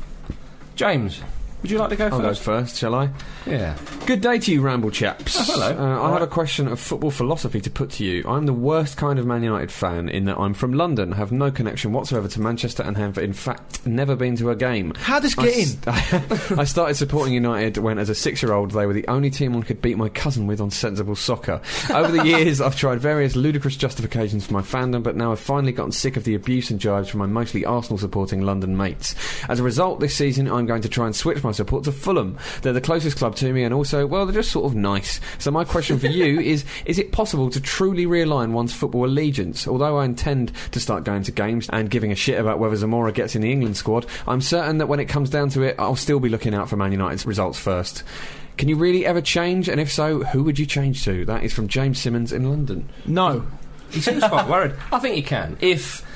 James, would you like to go
I'll go
first?
first, shall I?
Yeah.
Good day to you, Ramble Chaps.
Oh,
hello.
Uh, I have a question of football philosophy to put to you. I'm the worst kind of Man United fan in that I'm from London, have no connection whatsoever to Manchester, and have in fact never been to a game.
How this
I
get in?
st- I started supporting United when, as a six year old, they were the only team one could beat my cousin with on sensible soccer. Over the years, I've tried various ludicrous justifications for my fandom, but now I've finally gotten sick of the abuse and jibes from my mostly Arsenal supporting London mates. As a result, this season, I'm going to try and switch my my support to Fulham. They're the closest club to me, and also, well, they're just sort of nice. So my question for you is: Is it possible to truly realign one's football allegiance? Although I intend to start going to games and giving a shit about whether Zamora gets in the England squad, I'm certain that when it comes down to it, I'll still be looking out for Man United's results first. Can you really ever change? And if so, who would you change to? That is from James Simmons in London.
No.
He seems quite worried. I think he can. If,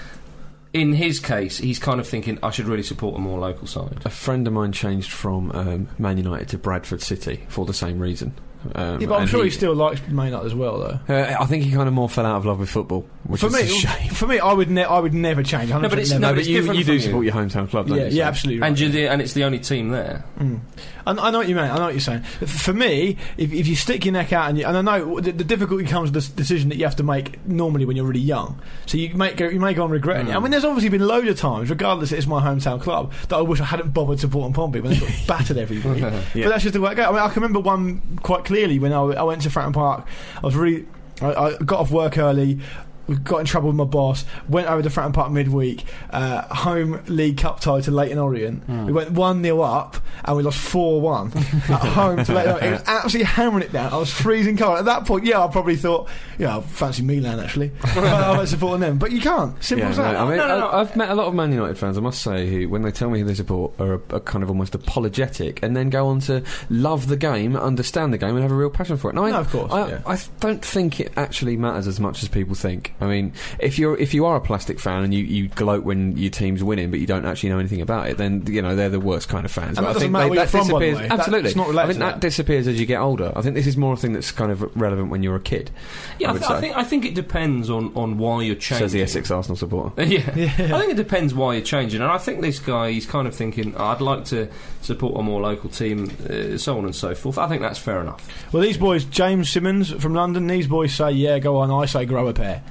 in his case, he's kind of thinking, I should really support a more local side.
A friend of mine changed from um, Man United to Bradford City for the same reason. Um,
Yeah, but I'm
and
sure he,
he-
still likes Man United as well, though.
Uh, I think he kind of more fell out of love with football, which
For
is
me,
a shame.
for me, I would ne- I would never change. No,
but it's-
never.
no,
No,
but
but, you,
different
you
from
do
you.
support your hometown club, don't
yeah,
you?
yeah,
so-
absolutely. right.
And, you're the, and it's the only team there.
Mm. And I know what you mean. I know what you're saying. F- For me, if, if you stick your neck out, and, you, and I know the, the difficulty comes with this decision that you have to make normally when you're really young. So you might go, you may go on regretting it. I mean, there's obviously been loads of times, regardless, it's my hometown club that I wish I hadn't bothered supporting Pompey when they got battered every week. But that's just the way it goes. I mean, I can remember one quite clearly when I, I went to Fratton Park. I was really, I, I got off work early. We got in trouble with my boss. Went over to Fratton Park midweek. Uh, home League Cup tie to Leighton Orient.
Hmm.
We went one 0 up and we lost four one at home to Leighton. Orient. It was absolutely hammering it down. I was freezing cold at that point. Yeah, I probably thought, yeah, I fancy Milan actually. but I was supporting them, but you can't. Simple
Yeah,
as
no,
that.
I mean,
No, no, no.
I, have met a lot of Man United fans, I must say, who, when they tell me who they support, are, are kind of almost apologetic and then go on to love the game, understand the game, and have a real passion for it. And I,
No, of course,
I,
yeah.
I don't think it actually matters as much as people think. I mean, if you're if you are a plastic fan and you, you gloat when your team's winning, but you don't actually know anything about it, then you know they're the worst kind of fans.
And
but
that
I think
doesn't matter
they-
where
that
you're from, by the
disappears.
way. That-
absolutely,
it's not related
I think
to
that,
that.
disappears as you get older. I think this is more a thing that's kind of relevant when you're a kid.
Yeah, I,
I would
th- I
say.
think I think it depends on, on why you're changing.
Says the Essex Arsenal supporter.
yeah. I think it depends why you're changing. And I think this guy, he's kind of thinking, I'd like to support a more local team, uh, so on and so forth. I think that's fair enough.
Well, these boys, James Simmons from London, these boys say, yeah, go on. I say, grow a pair.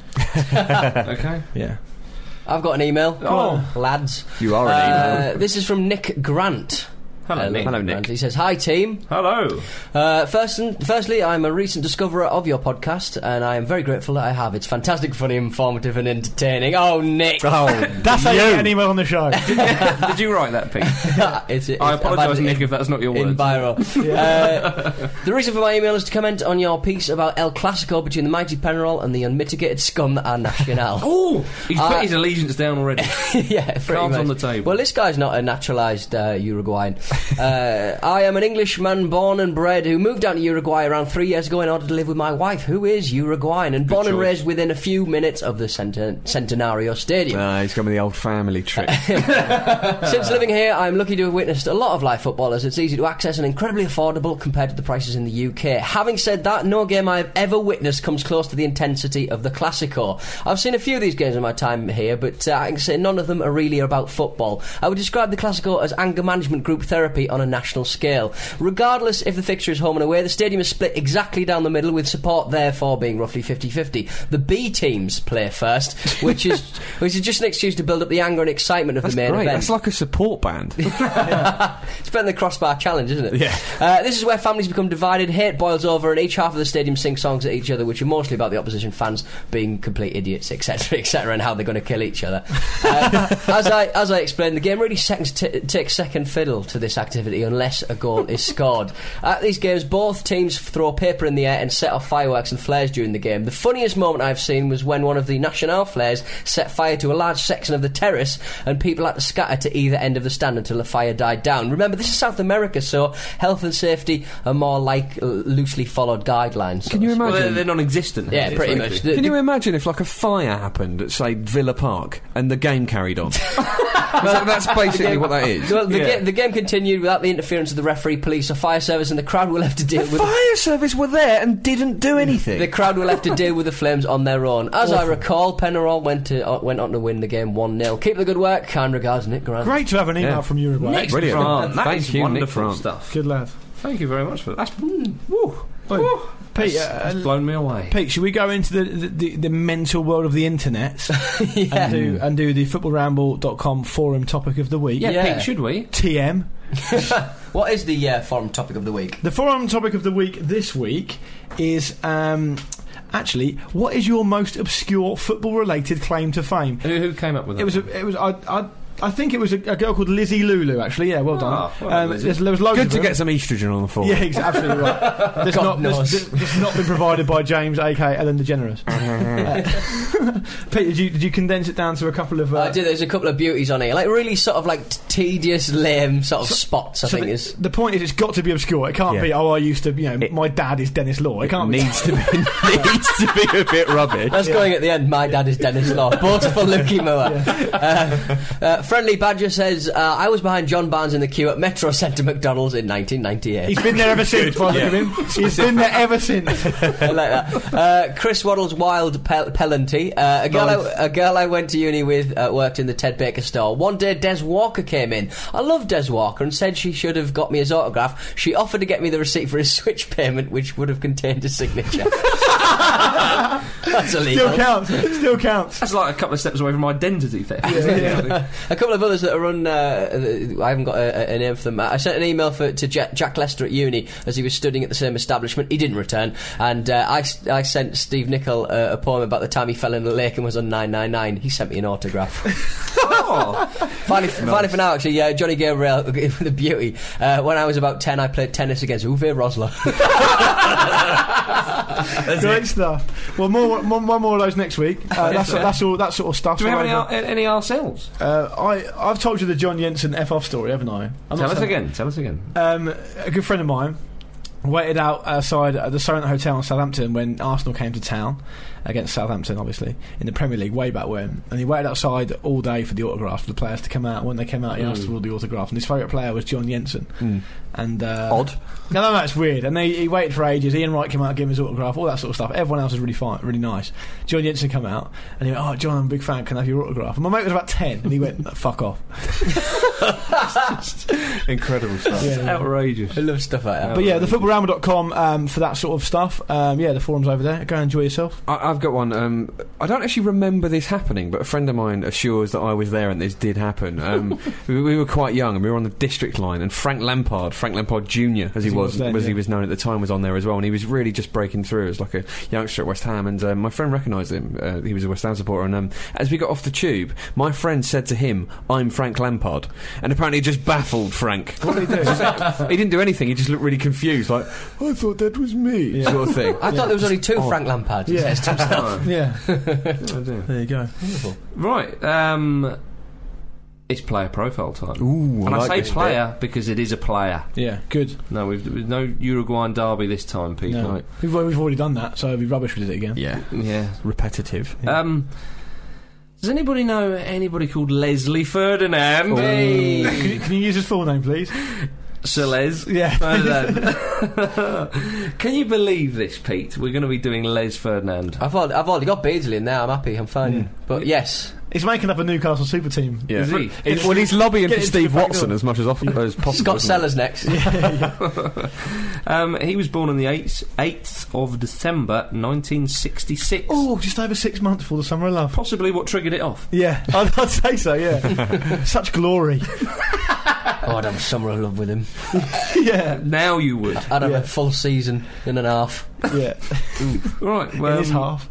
Okay.
Yeah.
I've got an email. Oh,
on.
Lads.
You are an
Uh,
email.
this is from Nick Grant.
Hello,
Uh,
Nick.
Hello, Nick.
Grant. He says, Hi, team.
Hello.
Uh, first and, firstly, I'm a recent discoverer of your podcast, and I am very grateful that I have. It's fantastic, funny, informative, and entertaining. Oh, Nick!
Oh,
That's how you get an email on the show.
Did you write that, Pete?
It's- it's-
I
I've had
apologise,
it
Nick, if that's not your
In
words.
viral. Uh, the reason for my email is to comment on your piece about El Clasico between the mighty Penarol and the unmitigated scum that are Nacional.
Oh, he's
Uh,
put his allegiance down already.
yeah, pretty
Cards
much.
on the table.
Well, this guy's not a naturalised uh, Uruguayan. uh, I am an Englishman born and bred who moved down to Uruguay around three years ago in order to live with my wife, who is Uruguayan and born and
choice.
raised within a few minutes of the Centen- Centenario Stadium.
Uh, he's coming with the old family
Uh,
trick.
Since living here, I'm lucky to have witnessed a lot of live football as it's easy to access and incredibly affordable compared to the prices in the UK. Having said that, no game I've ever witnessed comes close to the intensity of the Classico. I've seen a few of these games in my time here, but uh, I can say none of them are really about football. I would describe the Classico as anger management group therapy on a national scale. Regardless if the fixture is home and away, the stadium is split exactly down the middle, with support therefore being roughly 50 50. The B teams play first, which is, which is just an excuse to build up the anger and excitement of
That's
the main
great.
event.
That's like a support band.
It's better than the crossbar challenge, isn't it? Yeah. Uh, this is where families become divided, hate boils over, and each half of the stadium sings songs at each other, which are mostly about the opposition fans being complete idiots, etc., etc., and how they're going to kill each other. Uh, as I as I explained, the game really seconds t- takes second fiddle to this activity unless a goal is scored. At these games, both teams throw paper in the air and set off fireworks and flares during the game. The funniest moment I've seen was when one of the National flares set fire to a large section of the terrace and people had to scatter to either end of the stand until the fire died down. Remember, this is South America, so health and safety are more like uh, loosely followed guidelines.
Can you
Well, they're,
imagine?
they're non-existent.
Yeah,
It's
pretty
like-
much. The-
Can you
the-
imagine if like a fire happened at say Villa Park and the game carried on? That- that's basically what that is.
well, the,
Yeah.
ga- the game continued without the interference of the referee, police, or fire service, and the crowd were left to deal
The
with
fire service were there and didn't do anything.
The crowd will have to deal with the flames on their own. As I recall, Penarol went to uh, went on to win the game one 0 Keep the good work. Kind regards, Nick Grant.
Great to have an email
Yeah.
from Uruguay.
Nick
Brilliant.
Grant, that
Thank
is
you, Nick
wonderful
Grant.
stuff.
Good lad.
Thank you very much for that. That's, mm, woo,
Oi.
woo.
Pete,
That's-
uh,
that's blown me away.
Pete, should we go into the, the, the, the mental world of the internet
Yeah.
and, do, and do the footballramble.com forum topic of the week?
yeah,
Yeah.
Pete, should we?
TM.
What is the uh, forum topic of the week?
The forum topic of the week this week is um, actually what is your most obscure football related claim to fame?
Who, who came up with that?
It was a, it was I, I I think it was a, a girl called Lizzie Lulu, actually. Yeah, well done.
Ah, well,
um,
Lizzie.
there's- there was loads
Good
of
to
them.
get some estrogen on the floor.
Yeah, ex- absolutely right. There's
God
not, there's,
knows.
there's not been provided by James, aka Ellen DeGeneres. Uh, Pete, did you, did you condense it down to a couple of? Uh,
I did. There's a couple of beauties on here, like really sort of like t- tedious, lame sort of spots. I
so
think
the,
is
the point is, it's got to be obscure. It can't
Yeah.
be. Oh, I used to. You know,
It-
my dad is Dennis Law. It can't be.
needs to be needs to be a bit rubbish.
that's going at the end. My dad is Dennis Law, both for Lucky Moore. Uh, uh, Friendly Badger says, uh, "I was behind John Barnes in the queue at Metro Centre McDonald's in 1998."
He's been there ever since. by the look of him. He's been there ever since.
I like that. Uh, Chris Waddle's wild pel- Pellenty. Uh, a, girl
Nice.
I, a girl I went to uni with uh, worked in the Ted Baker store. One day, Des Walker came in. I love Des Walker and said she should have got me his autograph. She offered to get me the receipt for his Switch payment, which would have contained his signature. That's
Still
illegal.
counts. Still counts.
That's like a couple of steps away from identity theft.
a couple of others that are on. Uh, I haven't got a, a- a name for them. I sent an email for, to Ja- Jack Lester at uni as he was studying at the same establishment. He didn't return, and uh, I, s- I sent Steve Nichol uh, a poem about the time he fell in the lake and was on nine nine nine. He sent me an autograph. Finally, finally for now, actually, yeah, Johnny Gabriel with the beauty. Uh, when I was about ten, I played tennis against Uwe Rosler.
Great stuff. Well, more one, one more of those next week. Uh, that's, that's all. That sort of stuff.
Do we have any,
All
our-
over.
any ourselves?
Uh, I I've told you the John Jensen f off story, haven't I? I'm not
tell us
saying-
again. Tell us again.
Um, a good friend of mine waited out outside at the Sorrento Hotel in Southampton when Arsenal came to town against Southampton, obviously in the Premier League way back when. And he waited outside all day for the autographs for the players to come out. When they came out, he asked for all the autographs. And his favourite player was John Jensen. And uh,
Odd.
No, no, that's weird. And they, he waited for ages. Ian Wright came out, gave him his autograph, all that sort of stuff. Everyone else was really fine, really nice. John Jensen come out and he went, "Oh, John, I'm a big fan. Can I have your autograph?" And my mate was about ten, and he went, "Fuck off."
Incredible stuff.
Yeah.
Outrageous.
I love stuff like that.
But yeah, thefootballramble.com um, for that sort of stuff. Um, yeah, the forum's over there. Go and enjoy yourself.
I, I've got one. Um, I don't actually remember this happening, but a friend of mine assures that I was there and this did happen. Um, we, we were quite young and we were on the district line, and Frank Lampard, Frank Lampard Jr., as he was,
was then,
as he
yeah.
was known at the time, was on there as well, and he was really just breaking through as like a youngster at West Ham. And um, my friend recognised him. Uh, he was a West Ham supporter, and um, as we got off the tube, my friend said to him, "I'm Frank Lampard," and apparently it just baffled Frank. What did he do? he didn't do anything. He just looked really confused, like I thought that was me, sort of thing.
I thought there was only two
Oh.
Frank Lampard.
Yeah.
Oh,
Yeah,
I do.
there you go.
right. Um, it's player profile time.
Ooh,
and I,
like this
say
bit.
player because it is a player.
Yeah, good.
No, we've, we've no Uruguayan derby this time, people.
No.
Right.
We've, we've already done that, so it'd be rubbish if we did it again.
Yeah.
Yeah.
repetitive.
Um, does anybody know anybody called Leslie Ferdinand?
Can, you, can you use his full name, please?
Sir Les.
Yeah.
Ferdinand. Can you believe this, Pete? We're going to be doing Les Ferdinand.
I've already, I've already got Beardsley in there. I'm happy. I'm fine.
Mm.
But yes,
He's making up a Newcastle super team.
Yeah.
Is he?
It- well, he's lobbying for
Get into
Steve
the back
Watson
door.
as much as, often, as possible.
Scott
isn't it?
Sellers next.
Um, he was born on the 8th, 8th of December 1966.
Oh, just over six months before the summer of love.
Possibly what triggered it off.
Yeah, I'd, I'd say so. Yeah, such glory.
Oh, I'd have a summer of love with him.
yeah,
Now you would.
I'd have
Yeah.
a full season and a half.
yeah.
Right, well.
In his half.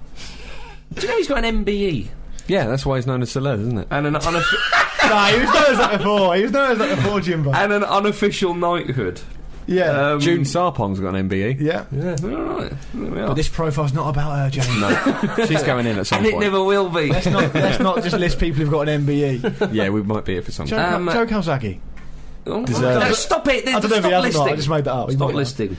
Do you know he's got an MBE?
Yeah, that's why he's known as Celeste, isn't it?
And an, unoff-
No, he was known as that before. He was known as that before, Jimbo.
and an unofficial knighthood.
Yeah,
Um,
June Sarpong's got an E. MBE.
yeah.
Yeah. All right. There we
But
are.
this profile's not about her, James.
No, she's going in at some
And it
point.
never will be.
Let's not let's not just list people who've got an E. MBE.
yeah, we might be here for some.
Joe,
Um,
Joe Calzaghe.
Oh,
Deserve
no,
it.
stop it.
I don't know if
stop
he has or
listing.
not. I just made that up. He
stop
might not.
listing.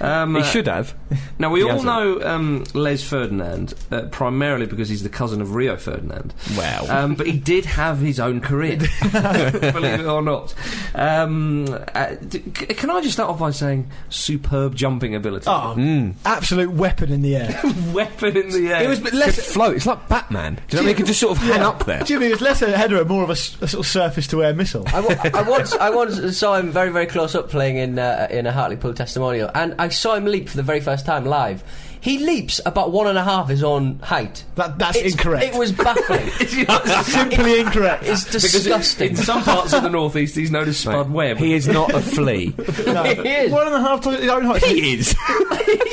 Um,
He
uh,
should have.
now, we
He
all
hasn't.
know um, Les Ferdinand uh, primarily because he's the cousin of Rio Ferdinand.
Wow.
Um, but he did have his own career, believe it or not. Um, uh, d- c- can I just start off by saying superb jumping ability?
Oh, absolute weapon in the air.
Weapon in the air.
it was but less float. It's like Batman. Do you know what I mean? He could just sort of hang up there.
Jimmy it was less a header, more of a, s- a sort of surface-to-air missile.
I, wa- I once I once saw him very very close up playing in uh, in a Hartlepool testimonial, and I saw him leap for the very first time live. He leaps about one and a half his own height.
That, that's
It's-
incorrect.
It was baffling.
simply incorrect.
it's
Because in-
disgusting.
in some parts of the northeast, he's known as Spud Webb.
He is not a flea.
No.
it is.
One and a half times his own height.
he is.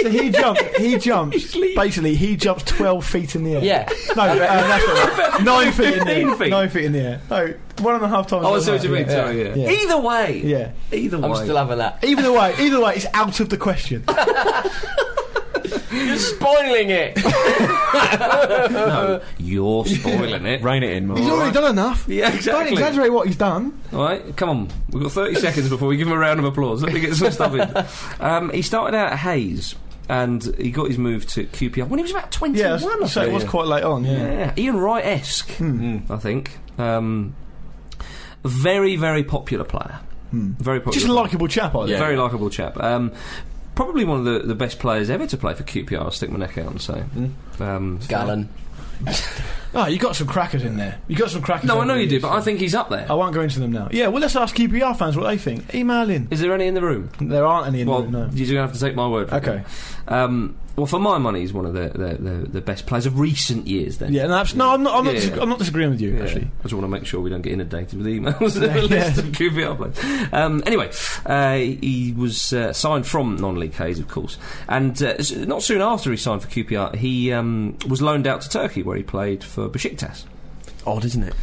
So he jumped. He jumps. basically, he jumps twelve feet in the air.
Yeah.
No, uh, that's not right. nine feet in the air.
15 feet.
Nine feet in the air. No, one and a half times.
Oh, I
over.
see what you mean.
Yeah,
Sorry, yeah.
yeah.
Either way.
Yeah.
Either way.
I'm still having that.
Either way, either way, it's out of the question.
You're spoiling it.
no, you're spoiling it.
Rein it in, Mark.
He's already done enough.
Yeah,
Don't
exactly.
exaggerate what he's done.
All right, come on. We've got 30 seconds before we give him a round of applause. Let me get some stuff in. Um, he started out at Hayes and he got his move to QPR when he was about 21.
Yeah,
I
so it was
think.
quite late on. Yeah.
Yeah, Ian Wright esque,
Hmm.
I think. Um, very, very popular player. Very popular.
Hmm. Just a
player.
likable chap, I think.
Yeah.
Very likable chap. Um, probably one of the, the best players ever to play for QPR. I'll stick my neck out and say. Um,
Gallon.
Oh, you got some crackers in there. You got some crackers.
No, I
over
know
the
you do,
years.
but I think he's up there.
I won't go into them now. Yeah, well, let's ask QPR fans what they think. Email in.
Is there any in the room?
There aren't any in
Well,
there, no.
you're going to have to take my word for
Okay.
it. Um, well, for my money, he's one of the, the, the, the best players of recent years, then.
Yeah, no, abs- no I'm not. I'm not,
Yeah,
dis-
yeah.
I'm not disagreeing with you.
Yeah.
Actually,
I just want to make sure we don't get inundated with emails and
Yeah.
a list of QPR players. Um, anyway, uh, he was uh, signed from non-league Hayes, of course, and uh, s- not soon after he signed for QPR, he um, was loaned out to Turkey, where he played for Besiktas.
Odd, isn't it?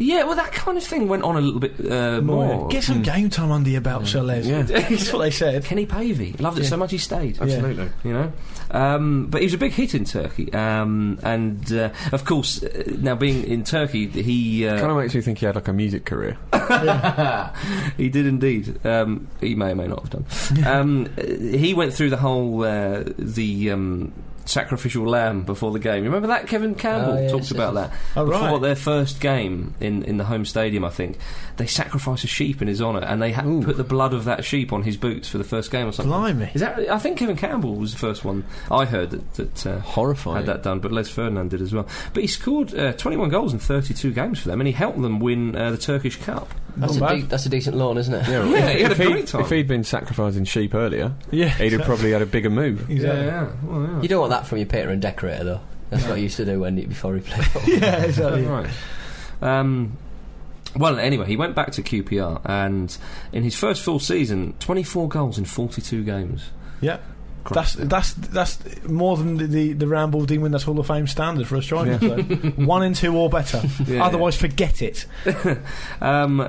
Yeah, well, that kind of thing went on a little bit uh, more.
get some game time under your belt, Soles.
Yeah.
That's what they said.
Kenny Pavey loved it so much he stayed.
Absolutely.
you know. Um, but he was a big hit in Turkey, um, and uh, of course, uh, now being in Turkey, he
Kind
uh,
of makes me think he had like a music career.
he did indeed. Um, he may or may not have done. um, uh, he went through the whole uh, the. Um, Sacrificial lamb before the game. You remember that Kevin Campbell
Oh, yes,
talked about
yes.
that
Oh,
before
right.
their first game in, in the home stadium. I think they sacrificed a sheep in his honour, and they had
Ooh.
put the blood of that sheep on his boots for the first game or something.
Blimey.
Is that? I think Kevin Campbell was the first one I heard that, that uh,
Horrifying.
had that done, but Les Ferdinand did as well. But he scored uh, 21 goals in 32 games for them, and he helped them win uh, the Turkish Cup.
Not
That's a,
bad.
de- that's a decent loan, isn't it?
Yeah,
Yeah, he had a
if,
great time.
if he'd been sacrificing sheep earlier,
Yeah,
he'd have probably had a bigger move.
exactly.
Yeah, yeah. Well, yeah.
You don't want that from your painter and decorator, though. That's what he used to do when he, before he played football.
Yeah, exactly.
Right. Um, well, anyway, he went back to QPR, and in his first full season, 24 goals in 42 games.
Yeah.
Great.
That's that's that's more than the the, the Ramble Dean Win. That's Hall of Fame standard for a striker. So one in two or better.
Yeah.
Otherwise, forget it.
Um,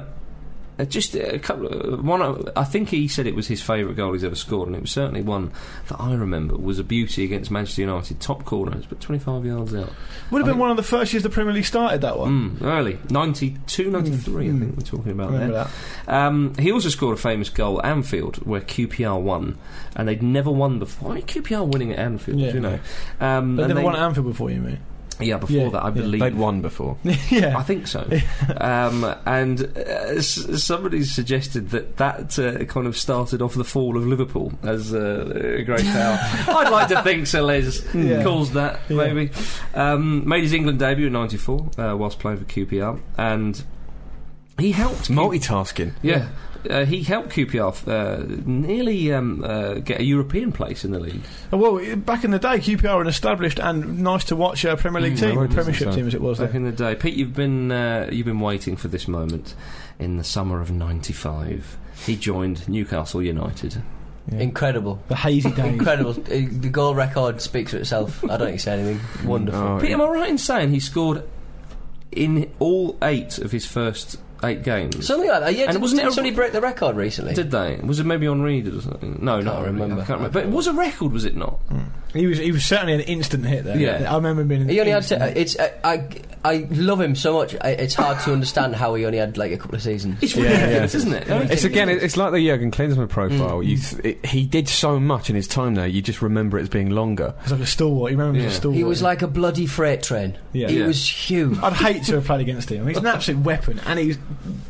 uh, just a couple. uh, One, uh, I think he said it was his favourite goal he's ever scored, and it was certainly one that I remember was a beauty against Manchester United, top corner, it's but 25 yards out.
Would have
I
been
think-
one of the first years the Premier League started. That one.
Mm, early 92 93 I think we're talking about
Hmm. Remember
there
that?
um, he also scored a famous goal at Anfield where QPR won and they'd never won before I mean, QPR winning at Anfield
Yeah.
you know um,
They
and
never
they-
won at Anfield before, you mean?
yeah before
Yeah,
that I
yeah.
believe
They'd won before.
yeah.
I think so. um, and uh, s- somebody suggested that that uh, kind of started off the fall of Liverpool as uh, a great power. I'd like to think Soles
Yeah.
caused that,
Yeah.
maybe. Um, made his England debut in 94 uh, whilst playing for QPR. And he helped. Q-
Multitasking.
yeah. Uh, he helped QPR uh, nearly um, uh, get a European place in the league.
Well, i- back in the day, QPR were an established and nice to watch uh, Premier League
Mm, I
team,
wrote this
Premiership
down.
team as it was
Back in
then.
the day, Pete, you've been uh, you've been waiting for this moment in the summer of '95. He joined Newcastle United.
Incredible.
The hazy days.
Incredible. Uh, the goal record speaks for itself. I don't need to say anything. Wonderful.
Oh,
Pete,
yeah.
am I right in saying he scored in all eight of his first eight games?
Something like that. Yeah,
And
did,
wasn't
did
it a-
somebody break the record recently?
did they? Was it maybe on Reed or something? No, not
Can't
Henry,
remember.
I can't remember. But it was a record, was it not?
He was he was certainly an instant hit there.
Yeah.
I remember being. An
He only had
instant
to, uh,
hit.
it's I, I I love him so much. I, it's hard to understand how he only had like a couple of seasons.
It's ridiculous,
yeah.
isn't it? I mean,
It's again. it- It's like the Jurgen Klinsmann
Mm.
profile. You th- it, he did so much in his time there. You just remember it as being longer.
He was like a stalwart. You remember him as
Yeah.
a stalwart.
He was like a bloody freight train.
Yeah.
He
Yeah.
was huge.
I'd hate to have played against him. He's an absolute weapon, and he's,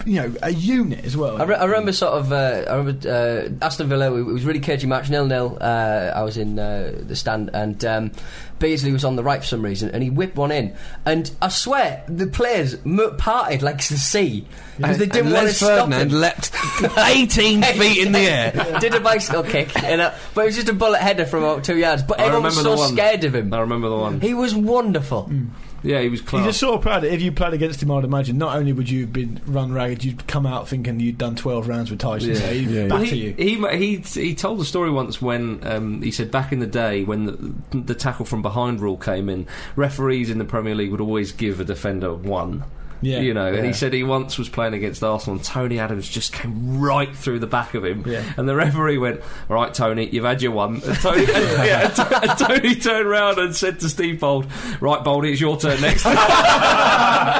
you know, a unit as well.
I, re- I remember sort of. Uh, I remember uh, Aston Villa. It was a really cagey match, nil nil. Uh, I was in uh, the stand, and um, Beasley was on the right for some reason, and he whipped one in. And I swear, the players m- parted like the sea because they didn't
and
want to
Les
stop
Ferdinand
him.
leapt 18 feet in the air.
Did a bicycle kick, and, uh, but it was just a bullet header from about two yards. But
I
everyone was
remember
so
the one.
scared of him.
I remember the one.
He was wonderful.
Mm.
Yeah, he was class.
He's just sort of proud that if you played against him, I'd imagine not only would you have been run ragged, you'd come out thinking you'd done 12 rounds with Tyson.
Yeah.
So he'd
Yeah, yeah.
batter
Well, he,
you.
he ma- he he told a story once when um, he said back in the day when the, the tackle from behind rule came in, referees in the Premier League would always give a defender one.
Yeah,
you know, and he
yeah.
said he once was playing against Arsenal and Tony Adams just came right through the back of him.
Yeah.
And the referee went, All right, Tony, you've had your one. And Tony, and- yeah, and T- and Tony turned round and said to Steve Bold, Right, Bold, it's your turn next time.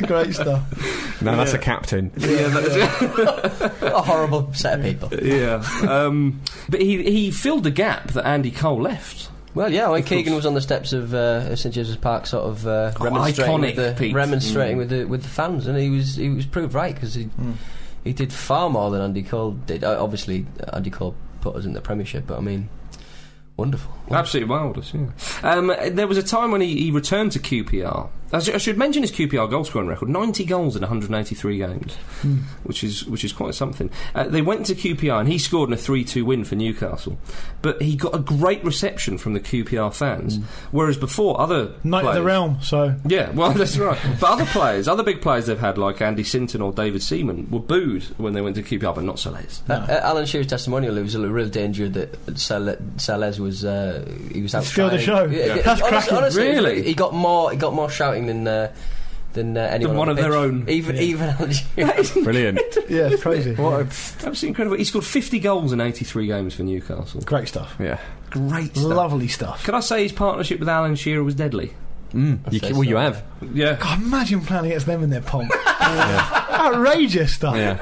Great stuff.
No, that's a captain.
yeah, that's it.
a horrible set of people.
yeah. Um, but he, he filled the gap that Andy Cole left.
Well, yeah, when
Of course.
Keegan was on the steps of uh, St James's Park, sort of uh,
Oh,
remonstrating,
iconic,
with the,
Pete. Mm.
remonstrating with the with the fans, and he was he was proved right because he he did far more than Andy Cole did. Uh, obviously, Andy Cole put us in the Premiership, but I mean, wonderful.
Absolutely wildest, yeah. Um, there was a time when he, he returned to QPR. I, sh- I should mention his QPR goal scoring record: ninety goals in one hundred eighty three games,
Hmm.
which is which is quite something. Uh, they went to QPR and he scored in a three two win for Newcastle, but he got a great reception from the QPR fans. Whereas before other
Knight Hmm. of
players,
the Realm. So
yeah, well, that's right. But other players, other big players they've had, like Andy Sinton or David Seaman, were booed when they went to QPR, but not Soles.
Uh, uh, Alan Shearer's testimonial it was a real danger that Sal- Salez was uh, he was out
Steal the
trying-
show. Yeah. That's
honestly,
cracking.
honestly,
Really?
he got more he got more shouting than uh, than uh, anyone
one
on the
of their
pitch.
own.
Even
Yeah.
even Alan Shearer.
Brilliant.
yeah, it's crazy.
what? A,
Absolutely incredible. He scored fifty goals in eighty three games for Newcastle.
Great stuff.
yeah.
Great stuff.
Lovely stuff.
Can I say his partnership with Alan Shearer was deadly?
Mm. You,
say
ca- well,
so.
you have.
Yeah.
God, imagine playing against them in their pomp. Outrageous stuff,
Yeah.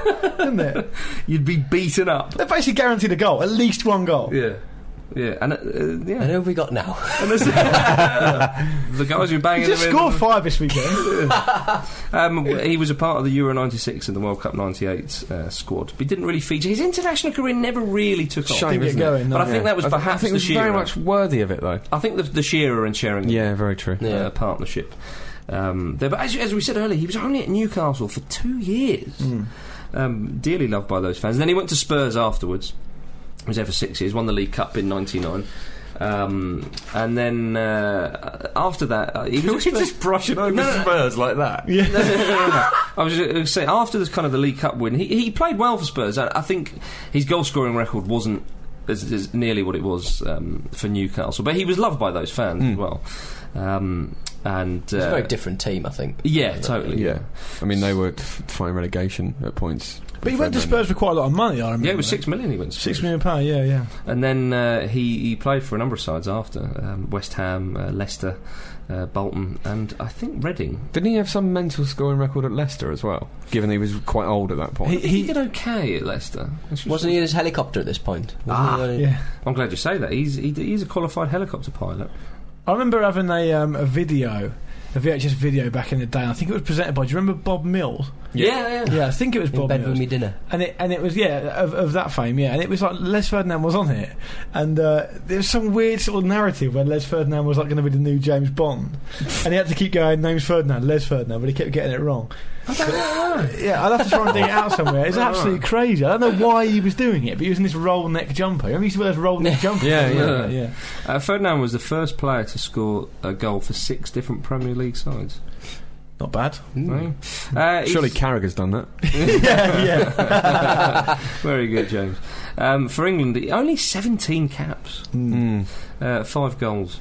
isn't it?
You'd be beaten up.
They're basically guaranteed a goal, at least one goal.
Yeah. Yeah, and uh, uh,
And who
yeah,
have we got now?
and there's- the guys who banging
He just
them in-
scored five this weekend.
Um, he was a part of the Euro '96 and the World Cup '98 uh, squad, but he didn't really feature. His international career never really took off.
Shame,
Didn't get
isn't it?
going.
But I
No.
think that was
I th- I
perhaps
think it was
the Shearer.
very much worthy of it, though.
I think the, the Shearer and Sheringham
Yeah, very true.
Yeah.
uh, partnership um, there. But as, as we said earlier, he was only at Newcastle for two years. Um, dearly loved by those fans. And then he went to Spurs afterwards. He was there for six years, won the League Cup in '99. Um, and then uh, after that, uh, he was at Spurs-
brushing over
No, no, no.
Spurs like that. Yeah.
no, no, no, no, no. I was going to say after this kind of the League Cup win, he, he played well for Spurs. I, I think his goal scoring record wasn't as, as nearly what it was um, for Newcastle, but he was loved by those fans
Hmm.
as well. Um, and
It's a
uh,
very different team, I think.
yeah, totally.
Yeah. I mean, they were f- fighting relegation at points.
But he went to Spurs for quite a lot of money, I remember.
Yeah, it was six million he went to.
Six million pounds, yeah, yeah.
And then uh, he, he played for a number of sides after um, West Ham, uh, Leicester, uh, Bolton, and I think Reading.
Didn't he have some mental scoring record at Leicester as well? Given he was quite old at that point.
He, did okay at Leicester. It's just-
Wasn't he in his helicopter at this point? Wasn't
Ah,
he uh, on it?
Yeah.
I'm glad you say that. He's he, he's a qualified helicopter pilot.
I remember having a, um, a video, a VHS video back in the day. and I think it was presented by. Do you remember Bob Mills?
Yeah, yeah.
Yeah, I think it was
in
Bob
bed with
Mills.
me dinner.
and it and it was yeah of, of that fame yeah and it was like Les Ferdinand was on it and uh, there was some weird sort of narrative where Les Ferdinand was like going to be the new James Bond and he had to keep going name's Ferdinand Les Ferdinand but he kept getting it wrong yeah I'll have to try and dig it out somewhere it's absolutely crazy I don't know why he was doing it but he was in this roll neck jumper I used to wear those roll neck jumpers
Yeah,
yeah
yeah.
yeah
Uh, Ferdinand was the first player to score a goal for six different Premier League sides.
not bad
Right? Uh, he's-
Surely Carragher's done that.
yeah yeah
Very good, James. Um, for England, he- only 17 caps,
Mm.
uh, five goals.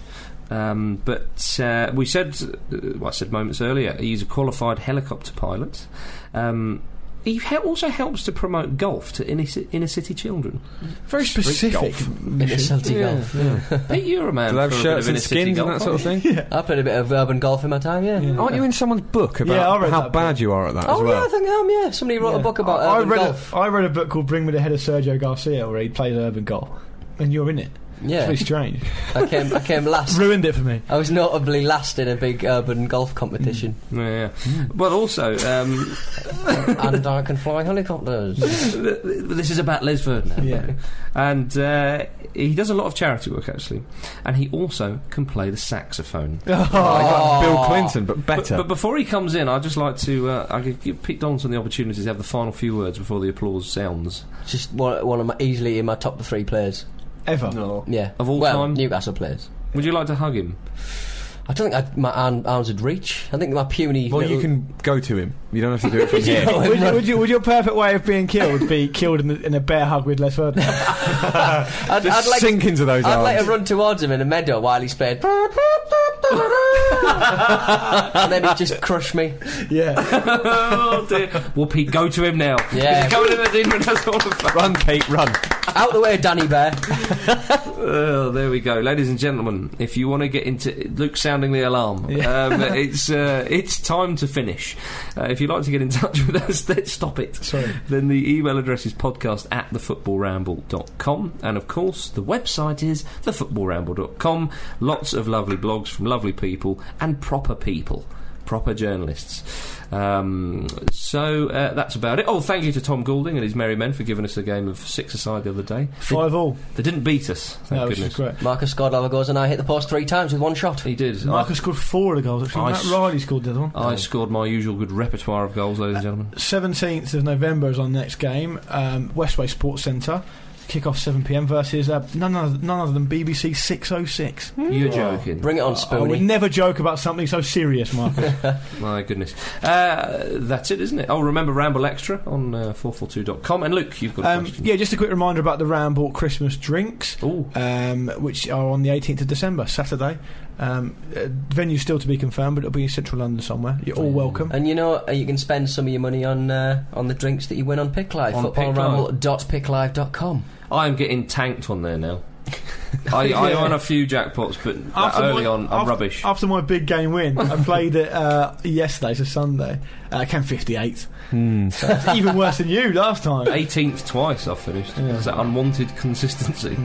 Um, but uh, we said, uh, well, I said moments earlier, he's a qualified helicopter pilot. Um, he he- also helps to promote golf to inner, ci- inner city children.
very specific
In a
mission.
salty golf.
Pete, you're a man.
Do they have
for a bit
shirts
of
and
inner city
skins and
golf,
that sort of
aren't
thing?
I played a bit of urban golf in my time, yeah.
Aren't you in someone's book about
Yeah, I read
how
that
bad you are at that
Oh
as
yeah, I
well?
think I am. Yeah, somebody wrote a
Yeah.
book about
I, I
urban
read
golf.
A, I read a book called Bring Me the Head of Sergio Garcia where he plays urban golf and you're in it
yeah,
It's really strange.
I came. I came last.
Ruined it for me.
I was notably last in a big urban golf competition,
Yeah, yeah. But also, um,
and I can fly helicopters.
th- th- this is about Les Ferdinand.
Yeah.
And uh, he does a lot of charity work, actually. And he also can play the saxophone.
Oh.
Like Bill Clinton, but better.
But before he comes in, I'd just like to uh, I could give Pete Donaldson the opportunity to have the final few words before the applause sounds.
Just one, one of my easily in my top three players.
Ever.
Yeah,
Of all
well,
time?
Newcastle players.
Would you like to hug him?
I don't think I'd, my arm, arms would reach. I think my puny.
well, you
little-
can go to him. You don't have to do it from here.
Yeah.
Would, you- would you- would your perfect way of being killed be killed in, a- in a bear hug with Les Ferdinand?
I'd, I'd
Just
like.
sink into those
I'd
arms.
like to run towards him in a meadow while he's playing. and then he just crushed me.
Yeah.
oh dear. Whoopi, go to him now.
Yeah.
He's coming in the demon has all the fun.
Run, Kate, run.
Out the way, Danny Bear.
Oh, there we go, ladies and gentlemen. If you want to get into Luke sounding the alarm, um, it's uh, it's time to finish. Uh, if you'd like to get in touch with us, let's stop it.
Sorry.
Then the email address is podcast at thefootballramble.com. And of course, the website is thefootballramble.com. Lots of lovely blogs from lovely people and proper people, proper journalists. Um, so uh, that's about it. Oh, thank you to Tom Goulding and his merry men for giving us a game of six aside the other day.
Five all.
They didn't beat us, thank
No, which is
goodness.
great.
Marcus Godlover goes and I hit the post three times with one shot.
He did. I-
Marcus scored four of the goals, actually.
I
Matt
s-
Riley scored the other one.
I scored my usual good repertoire of goals, ladies and gentlemen.
17th of November is our next game. Um, Westway Sports Centre. Kick off 7 pm versus uh, none, other, none other than BBC 606.
You're joking.
Bring it on,
I would
Spoonie.
never joke about something so serious, Marcus.
My goodness. Uh, that's it, isn't it? Oh, remember Ramble Extra on uh, 442.com. And Luke, you've got a
um,
question.
yeah, just a quick reminder about the Ramble Christmas drinks.
Ooh.
um, which are on the 18th of December, Saturday. Um, uh, venue still to be confirmed, but it'll be in central London somewhere. You're all welcome.
And you know, uh, you can spend some of your money on uh, on the drinks that you win on Pick Live.
On
Footballramble.picklive.com.
I am getting tanked on there now. I, I
Yeah.
won a few jackpots, but that early on, I'm
after,
rubbish.
After my big game win, I played it uh, yesterday, so Sunday. Uh, I came 58th.
Hmm,
So it's even worse than you last time.
18th twice I've finished. It's that unwanted consistency.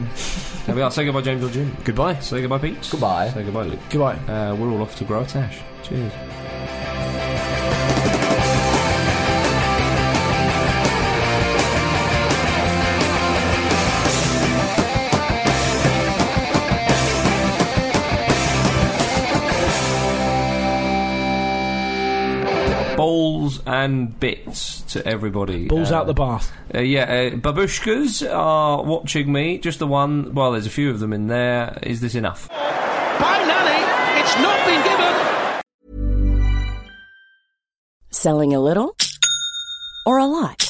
there we are. Say goodbye, James or Jim.
Goodbye.
Say goodbye, Pete.
Goodbye.
Say goodbye, Luke.
Goodbye.
Uh, we're all off to grow a tash. Cheers. Balls and bits to everybody.
Balls
Uh,
out the bath.
uh, yeah, uh, babushkas are watching me. Just the one. Well, there's a few of them in there. Is this enough?
Selling a little or a lot?